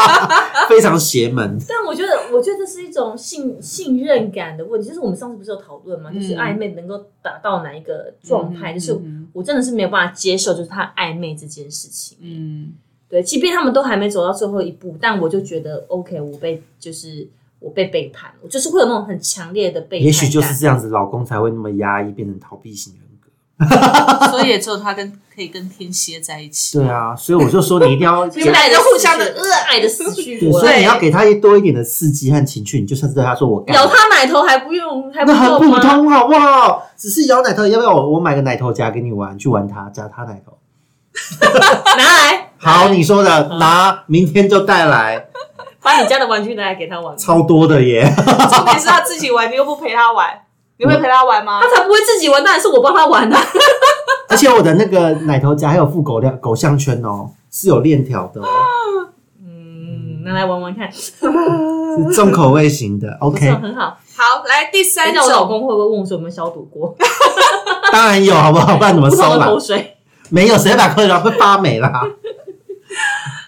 C: 非常邪门。
D: 但我觉得，我觉得这是一种信信任感的问题，就是我们上次不是有讨论嘛，
A: 嗯
D: 就是暧昧能够达到哪一个状态，
A: 嗯
D: 就是
A: 嗯
D: 我真的是没有办法接受，就是他暧昧这件事情。
A: 嗯，
D: 对，即便他们都还没走到最后一步，但我就觉得 OK，我被就是我被背叛，我就是会有那种很强烈的背叛感。
C: 也许就是这样子，老公才会那么压抑，变成逃避型人格。
A: 所以也只有他跟可以跟天蝎在一起。
C: 对啊，所以我就说你一定 要
D: 你们俩就互相的呃爱的死去
C: 对，
D: 活
C: 所以
D: 来，
C: 你要给他多一点的刺激和情趣，你就算是对他说我干
D: 咬他奶头还不用，还不
C: 那很
D: 够
C: 普
D: 吗？
C: 通好不好？只是咬奶头，要不要我我买个奶头夹给你玩，去玩它，夹它奶头。
D: 拿来，
C: 好，你说
D: 嗯
C: 的拿，明天就带来，
D: 把你家的玩具拿来给他玩，
C: 超多的耶。
A: 重点是他自己玩，你又不陪他玩，你会陪他玩吗
D: 他？才不会自己玩，当然是我帮他玩啊的、
C: 而且我的那个奶头夹还有附狗链狗项圈哦，是有链条的哦，
D: 嗯，拿来玩玩看，
C: 是重口味型的。
D: 不错，
C: OK，
D: 很好。
A: 好，来第
D: 等
A: 三
D: 一下，我老
A: 种，
D: 公会不会问我说有没有消毒过？
C: 当然有好不好？不啊然怎么
D: 不同
C: 收
D: 的
C: 啦
D: 口？水。
C: 没有，谁把口罩会发霉啦？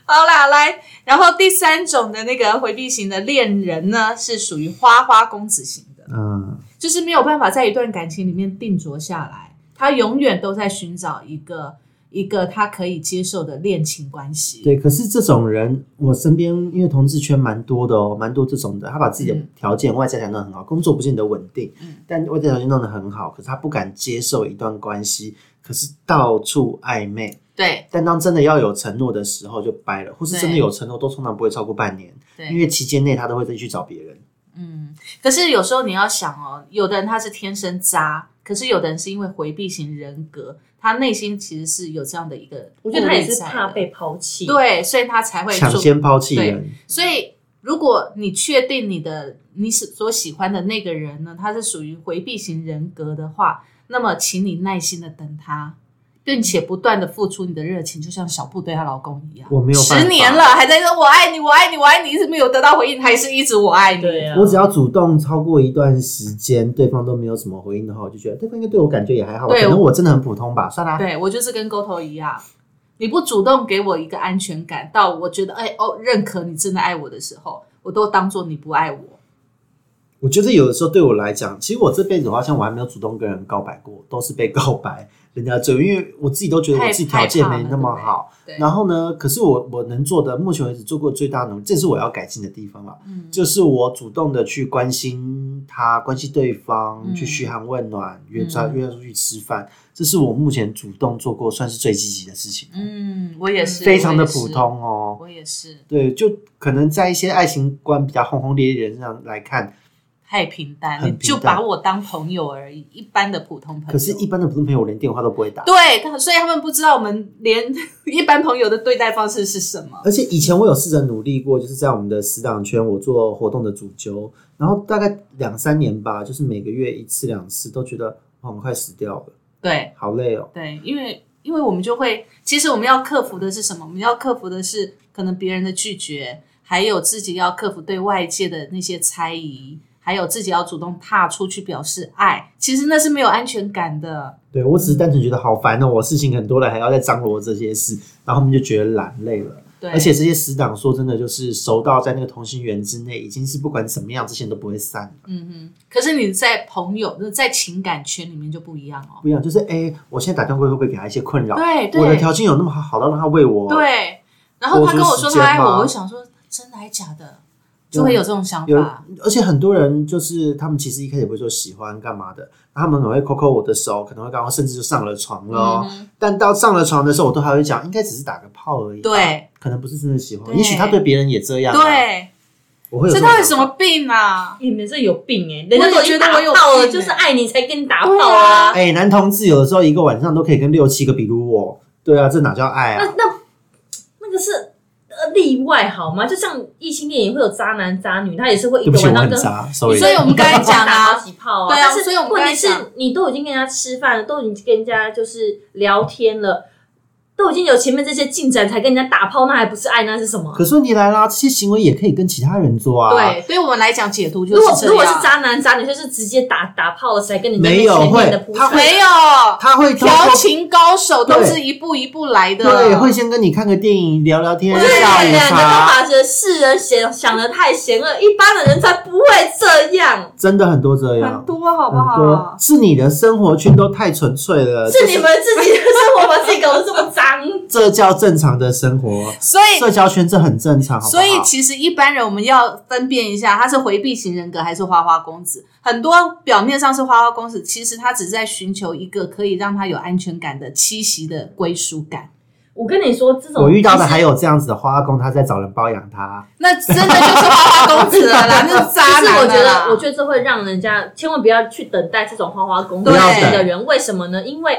A: 好啦，来，然后第三种的那个回避型的恋人呢，是属于花花公子型的，
C: 嗯，
A: 就是没有办法在一段感情里面定着下来，他永远都在寻找一个一个他可以接受的恋情关系。
C: 对。可是这种人，我身边因为同志圈蛮多的哦，蛮多这种的，他把自己的
A: 嗯
C: 条件外在条件弄得很好，工作不见得稳定，
A: 嗯
C: 但外在条件弄得很好，可是他不敢接受一段关系，可是到处暧昧。
A: 对
C: 但当真的要有承诺的时候，就掰了，或是真的
A: 对
C: 有承诺，都通常不会超过半年，
A: 对，
C: 因为期间内他都会再去找别人。
A: 嗯，可是有时候你要想哦，有的人他是天生渣，可是有的人是因为回避型人格，他内心其实是有这样的一个顾
D: 我
A: 虑
D: 觉
A: 在的，
D: 得他也是怕被抛弃。，
A: 对，所以他才会
C: 抢
A: 做
C: 先抛弃人，
A: 所以，如果你确定你的你所喜欢的那个人呢，他是属于回避型人格的话，那么请你耐心的等他，并且不断的付出你的热情，就像小布对她老公一样。
C: 我没有办法
A: 十年了，还在说我爱你，我爱你，我爱你，一直没有得到回应，还是一直我爱你。
D: 对啊，
C: 我只要主动超过一段时间，对方都没有什么回应的话，我就觉得对方应该对我感觉也还好吧，
A: 对
C: 可能我真的很普通吧，算啦。
A: 对我就是跟沟头一样，你不主动给我一个安全感，到我觉得哎哦认可你真的爱我的时候，我都当做你不爱我。
C: 我觉得有的时候对我来讲，其实我这辈子好像我还没有主动跟人告白过，都是被告白，人家追我，因为我自己都觉得我自己条件没那么好。
A: 对，
C: 然后呢，可是我我能做的，目前为止做过最大的努力，这是我要改进的地方了。
A: 嗯
C: 就是我主动的去关心他，关心对方，
A: 嗯
C: 去嘘寒问暖，约他
A: 嗯
C: 约他出去吃饭，这是我目前主动做过算是最积极的事情，
A: 嗯，我也是
C: 非常的
A: 我也是
C: 普通哦。
A: 我也是，
C: 对，就可能在一些爱情观比较轰轰烈烈的人上来看，
A: 太平淡，
C: 很
A: 你
C: 平
A: 就
C: 淡
A: 把我当朋友而已，一般的普通朋友。
C: 可是，一般的普通朋友连电话都不会打。
A: 对，他所以他们不知道我们连 一般朋友的对待方式是什么。
C: 而且以前我有试着努力过，就是在我们的死党圈，我做活动的主揪，然后大概两三年吧，就是每个月一次两次，都觉得哇，我快死掉了，
A: 对
C: 好累哦。
A: 对，因为因为我们就会，其实我们要克服的是什么？我们要克服的是可能别人的拒绝，还有自己要克服对外界的那些猜疑，还有自己要主动踏出去表示爱。其实那是没有安全感的。
C: 对我
A: 嗯
C: 只是单纯觉得好烦哦，我事情很多了，还要再张罗这些事，然后他们就觉得懒累了。
A: 对，
C: 而且这些死党说真的，就是熟到在那个同心圆之内，已经是不管怎么样，这些人都不会散了。
A: 嗯哼，可是你在朋友，就是在情感圈里面就不一样哦。
C: 不一样，就是哎、我现在打电话会不会给他一些困扰？
A: 对
C: 我的
A: 对
C: 条件有那么好，好到让他为我？，
A: 对，然后他
C: 啊播出
A: 跟我
C: 时
A: 说
C: 间
A: 他爱
C: 吗
A: 我，我就想说真的还假的，就会有这种想
C: 有
A: 法。，
C: 而且很多人就是他们其实一开始不会说喜欢干嘛的，然后他们可能会抠抠我的手，可能会干嘛，甚至就上了床了哦、
A: 嗯哼
C: 但到上了床的时候，我都还会讲，应该只是打个炮而已，，
A: 对
C: 可能不是真的喜欢，
A: 对
C: 也许他对别人也这样、啊，，
A: 对，
C: 我会有
A: 这
C: 种
A: 到底
C: 想
A: 什
C: 法
A: 么病啊？
D: 欸你们这有病哎、人家都
A: 我也
D: 已
A: 觉
D: 经打
A: 得我有
D: 炮了，
A: 病欸
D: 就是爱你才跟你打炮
A: 对
D: 啊。
A: 啊
C: 哎、男同志有的时候一个晚上都可以跟六七个比如我，对啊，这哪叫爱
D: 那
C: 啊？
D: 那那个是呃例外好吗？就像异性恋也会有渣男渣女，他也是会一
C: 对不
D: 个
C: 起，
D: 晚
C: 我
D: 上
C: 很
D: 跟。
C: 渣，sorry。
A: 所以我们刚才讲
D: 打
A: 啊
D: 好，几炮
A: 对啊
D: 但是
A: 所以我们
D: 问
A: 刚
D: 题
A: 才
D: 是
A: 讲，
D: 你都已经跟人家吃饭了，都已经跟人家就是聊天了，都已经有前面这些进展，才跟人家打炮，那还不是爱，那是什么？
C: 可是问题来啦，这些行为也可以跟其他人做啊。，
A: 对，对我们来讲解读就
D: 如果
A: 是这
D: 如果是
A: 样。
D: 渣男渣女，就是直接打打炮了才跟你
C: 没有
D: 前面的
C: 会
D: 铺
C: 他
D: 陈，
C: 会
A: 没有
C: 他会偷偷
A: 调情高手都
C: 对
A: 是一步一步来的，
C: 对，会先跟你看个电影，聊聊天，
D: 对
C: 下午
D: 两个都
C: 茶，
D: 把这世人嫌想的太险恶，一般的人才不会这样。
C: 真的很多这样，
A: 很多好不
C: 很多
A: 好？
C: 是你的生活圈都太纯粹了，
D: 是你们自己的生活把自己搞得这么脏。
C: 这这叫正常的生活，
A: 所以
C: 社交圈这很正常，好不
A: 所
C: 好？
A: 以其实一般人我们要分辨一下，他是回避型人格还是花花公子。很多表面上是花花公子，其实他只是在寻求一个可以让他有安全感的栖息的归属感。
D: 我跟你说，这种
C: 我遇到的还有这样子的花工，他在找人包养他，
A: 那真的就是花花公子了 啦，那是
D: 其
A: 渣
D: 实
A: 男
D: 我觉
A: 了啦
D: 得，我觉得这会让人家千万不要去等待这种花花公子
A: 不要
D: 型的
C: 等
D: 人。为什么呢？因为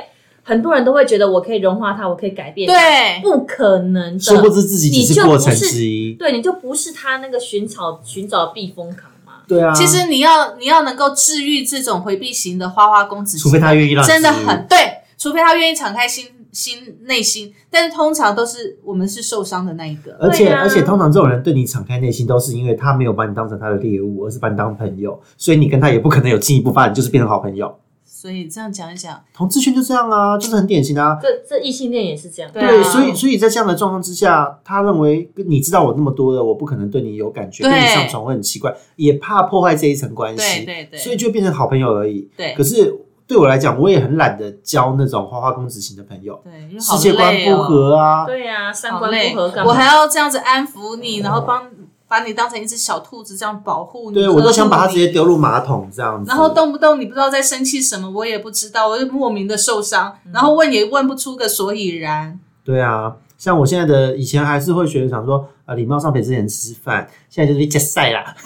D: 很多人都会觉得我可以融化他，我可以改变他，
A: 对
D: 不可能的。
C: 殊不知自己只
D: 你
C: 是
D: 就
C: 过
D: 不
C: 程
D: 是
C: 之一。
D: 对，你就不是他那个寻找寻找避风港嘛。
C: 对啊，
A: 其实你要你要能够治愈这种回避型的花花公子，
C: 除非他愿意让你
A: 真的
C: 治愈
A: 很对，除非他愿意敞开心心内心，但是通常都是我们是受伤的那一个。
C: 而且、
D: 对啊
C: 而且，通常这种人对你敞开内心，都是因为他没有把你当成他的猎物，而是把你当朋友，所以你跟他也不可能有进一步发展，就是变成好朋友。
A: 所以这样讲一讲，
C: 同志圈就这样啊，就是很典型啊。
D: 这这异性恋也是这样。
A: 对啊
C: 对，所以所以在这样的状况之下，他认为你知道我那么多了，我不可能对你有感觉，
A: 对
C: 跟你上床会很奇怪，也怕破坏这一层关
A: 对
C: 系，
A: 对对
C: 所以就变成好朋友而已。
A: 对
C: 可是对我来讲，我也很懒得交那种花花公子型的朋友，
A: 对，因为好
C: 世界观
A: 累
C: 不
A: 哦。
C: 合啊。
D: 对啊，三
A: 好
D: 观
A: 累
D: 不合干嘛？
A: 我还要这样子安抚你，然后帮把你当成一只小兔子这样保护你。
C: 哦对，我都想把他
A: 它
C: 直接。丢入马桶这样子。
A: 然后动不动你不知道在生气什么，我也不知道，我就莫名的受伤，
D: 嗯
A: 然后问也问不出个所以然。
C: 对啊，像我现在的以前还是会觉得想说，呃，礼貌上陪这些人吃饭，现在就是一晒 啦，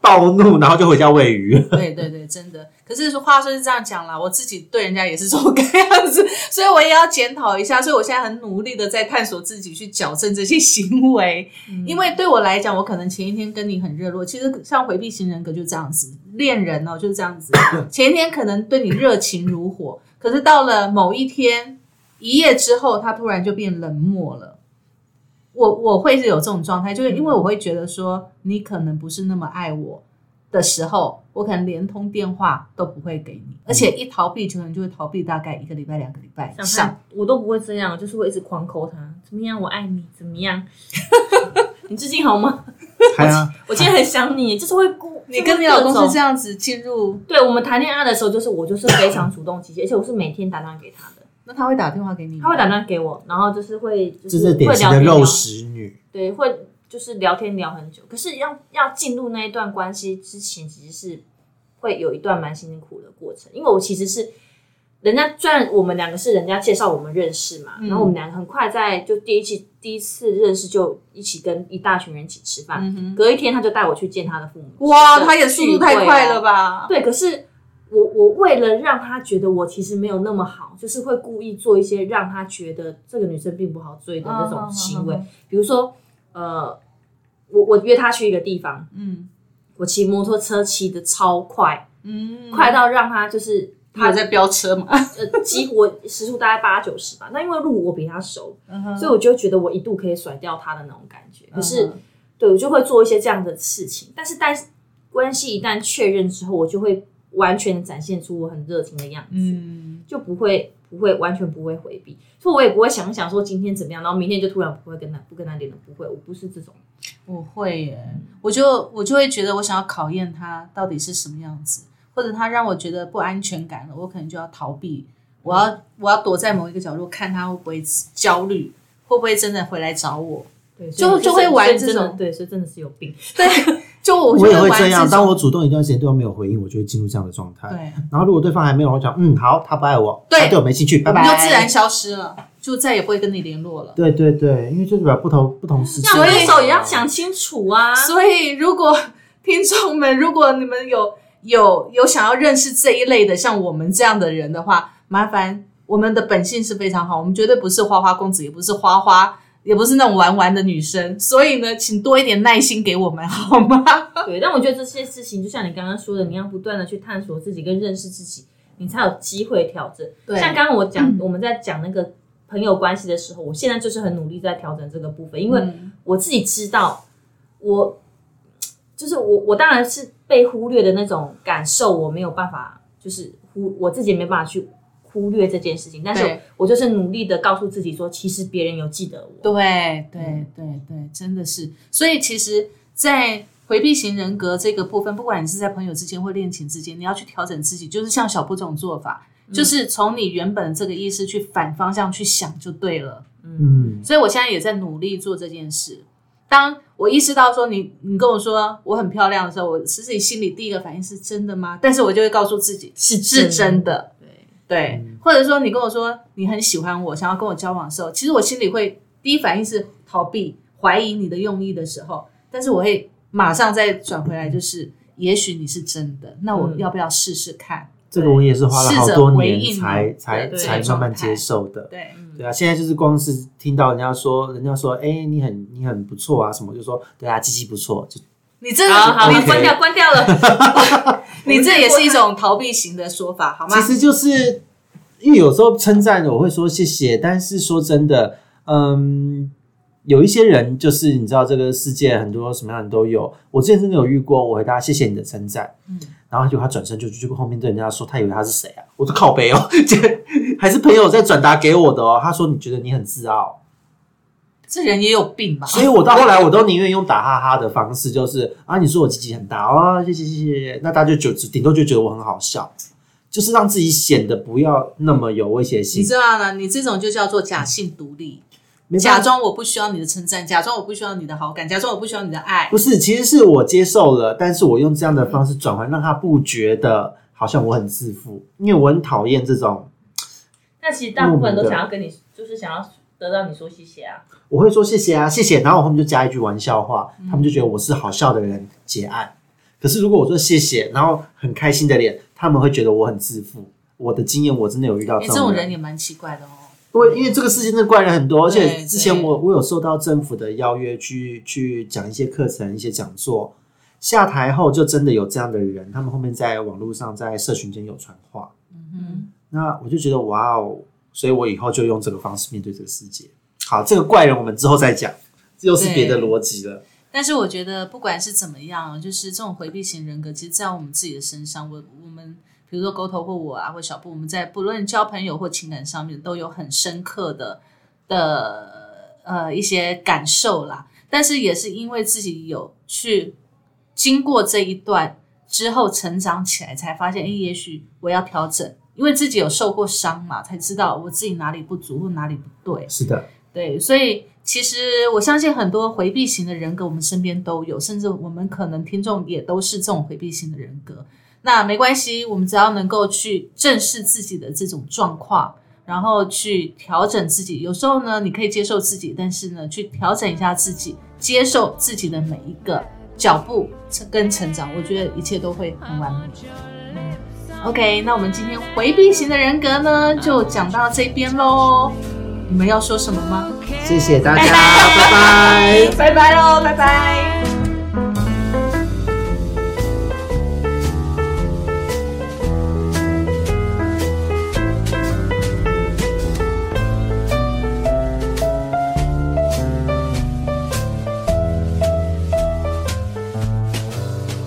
C: 暴怒，然后就回家喂鱼。
A: 对对对，真的。可是说话说是这样讲啦，我自己对人家也是这种样子，所以我也要检讨一下。所以我现在很努力的在探索自己，去矫正这些行为。
D: 嗯
A: 因为对我来讲，我可能前一天跟你很热络，其实像回避型人格就这样子，恋人哦就是这 样子。前一天可能对你热情如火，可是到了某一天一夜之后，他突然就变冷漠了。我我会是有这种状态，就是因
D: 嗯
A: 为我会觉得说你可能不是那么爱我，的时候，我可能连通电话都不会给你，而且一逃避可能就会逃避大概一个礼拜、两个礼拜以
D: 嗯想
A: 上。
D: 看我都不会这样，就是会一直狂抠他，怎么样，我爱你，怎 么样？你最近好吗？
C: 还啊，
D: 我今天很想你，就是会孤。
A: 你跟你老公是这
D: 样？
A: 样子进入，
D: 对我们谈恋爱的时候，就是我就是非常主动积极，而且我是每天打电话给他的，
A: 那他会打电话给你吗？
D: 他会打电话给我，然后就是会就
C: 这
D: 是
C: 是
D: 会
C: 典型
D: 聊
C: 的
D: 天
A: 哦
D: 聊
C: 肉，食女。
D: 对，会就是聊天聊很久。可是要要进入那一段关系之前，其实是会有一段蛮辛苦的过程，因为我其实是人家虽然我们两个是人家介绍我们认识嘛，
A: 嗯
D: 然后我们两个很快在就第一期第一次认识就一起跟一大群人一起吃饭，
A: 嗯
D: 隔一天他就带我去见他的父母。
A: 哇，
D: 对啊
A: 他也速度太快了吧？
D: 对，可是我我为了让他觉得我其实没有那么好，就是会故意做一些让他觉得这个女生并不好追的那种行为，
A: 嗯嗯嗯
D: 比如说呃，我我约他去一个地方，
A: 嗯
D: 我骑摩托车骑的超快，
A: 嗯，
D: 快到让他就是
A: 他
D: 他
A: 有在飙车 嘛？
D: 呃，几乎我时速大概八九十吧。那因为路我比他熟，所
A: 所
D: 以我就觉得我一度可以甩掉他的那种感觉。可
A: 嗯
D: 是，对我就会做一些这样的事情。但是，但是关系一旦确认之后，我就会完全展现出我很热情的样子，
A: 嗯，
D: 就不会不会完全不会回避，所以我也不会想一想说今天怎么样，然后明天就突然不会跟他不跟他联络，不会，我不是这种。
A: 我会耶，我就我就会觉得我想要考验他到底是什么样子，或者他让我觉得不安全感了，我可能就要逃避，我要我要躲在某一个角落看他会不会焦虑，会不会真的回来找 我？
D: 对，
A: 就
D: 所以
A: 就会
D: 所以
A: 玩
D: 真
A: 这
D: 的
A: 种
D: 对，所以真的是有病。
A: 对，就我
C: 我
A: 就
C: 也会
A: 玩
C: 这样，
A: 种
C: 当我主动一段时间对方没有回应，我就会进入这样的状态。
A: 对，
C: 然后如果对方还没有，我讲嗯好，他不爱我，
A: 对
C: 他对我没兴趣，拜
A: 我们
C: 拜。
A: 就自然消失了，就再也不会跟你联络了。
C: 对对对，因为就是把不同不同事情，
D: 那
A: 所以
D: 分手也要想清楚啊。
A: 所以，如 果听众们，如果你们有有有想要认识这一类的像我们这样的人的话，麻烦我们的本性是非常好，我们绝对不是花花公子，也不是花花，也不是那种玩玩的女生。所以呢，请多一点耐心给我们好吗？
D: 对，但我觉得这些事情，就像你刚刚说的，你要不断的去探索自己跟认识自己，你才有机会调整。
A: 对嗯
D: 像刚刚我讲，我们在讲那个朋友关系的时候，我现在就是很努力在调整这个部分，因为
A: 嗯
D: 我自己知道，我就是我，我当然是被忽略的那种感受，我没有办法，就是忽我自己也没办法去忽略这件事情，但是
A: 对
D: 我就是努力的告诉自己说，其实别人有记得我。
A: 对对
D: 嗯
A: 对对，真的是。所以其实，在回避型人格这个部分，不管你是在朋友之间或恋情之间，你要去调整自己，就是像小布这种做法，
D: 嗯
A: 就是从你原本的这个意识去反方向去想就对了。
C: 嗯，
A: 所以我现在也在努力做这件事。当我意识到说你你跟我说我很漂亮的时候，我其实心里第一个反应是真的吗？但是我就会告诉自己
D: 是
A: 是真的。
D: 对，
A: 对，或者说你跟我说你很喜欢我，想要跟我交往的时候，其实我心里会第一反应是逃避、怀疑你的用意的时候，但是我会马上再转回来，就是也许你是真的，那我
D: 嗯
A: 要不要试试看？
C: 这个我也是花了好多
A: 试
C: 年才
A: 着回应嘛
C: 才
D: 对
C: 才
D: 对
C: 慢慢
A: 状态嗯
C: 接受的。
A: 对，
C: 对啊，现在就是光是听到人家说，人家说，哎、你很你很不错啊，什么就说，对啊，鸡鸡不错，就
A: 你这
D: 嗯好好，
A: 你
D: 那
C: OK
D: 关掉，关掉了。
A: 你这也是一种逃避型的说法，好吗
C: 其？实就是因为有时候称赞我会说谢谢，但是说真的，嗯，有一些人就是你知道这个世界很多什么样的人都有，我之前真的有遇过，我回答谢谢你的称赞，
A: 嗯
C: 然后结果他转身就就后面对人家说，他以为他是谁啊？我说靠北哦， 这还是朋友在转达给我的哦，他说你觉得你很自傲，
A: 这人也有病吧？
C: 所以我到后来我都宁愿用打哈哈的方式，就是啊，你说我自己很大哦，谢谢谢谢谢谢，那大家就觉顶多就觉得我很好笑，就是让自己显得不要那么有威胁性
A: 你。知道吗？你这种就叫做假性独立，
C: 没办
A: 假
C: 法
A: 装我不需要你的称赞，假装我不需要你的好感，假装我不需要你的爱
C: 不。是，其实是我接受了，但是我用这样的方式转换，让他不觉得好像我很自负，因为我很讨厌这种。
D: 那其实大部分都想要跟你，就是想要得到你说谢谢啊。
C: 我会说谢谢啊，谢谢，然后我后面就加一句玩笑话，
A: 嗯
C: 他们就觉得我是好笑的人结案。可是如果我说谢谢，然后很开心的脸，他们会觉得我很自负。我的经验，我真的有遇到
A: 哎，
C: 这
A: 这种
C: 种
A: 人也蛮奇怪的哦。
C: 对，因为这个世界真的怪人很多，而且
A: 对
C: 之前
A: 对
C: 我我有受到政府的邀约去去讲一些课程、一些讲座，下台后就真的有这样的人，他们后面在网络上在社群间有传话，
A: 嗯，
C: 那我就觉得哇哦，所以我以后就用这个方式面对这个世界。好，这个怪人我们之后再讲，这又是别的
A: 对
C: 逻辑了。
A: 但是我觉得不管是怎么样，就是这种回避型人格，其实在我们自己的身上，我我们比如说沟头或我啊，或小布，我们在不论交朋友或情感上面，都有很深刻的的呃一些感受啦。但是也是因为自己有去经过这一段之后成长起来，才发现，诶，也许我要调整，因为自己有受过伤嘛，才知道我自己哪里不足或哪里不对。
C: 是的，
A: 对，所以其实我相信很多回避型的人格，我们身边都有，甚至我们可能听众也都是这种回避型的人格。那没关系，我们只要能够去正视自己的这种状况，然后去调整自己。有时候呢，你可以接受自己，但是呢，去调整一下自己，接受自己的每一个脚步跟成长，我觉得一切都会很完美。OK，那我们今天回避型的人格呢，就讲到这边喽。你们要说什么吗？
C: 谢谢大家，拜拜
A: 拜拜喽，拜拜。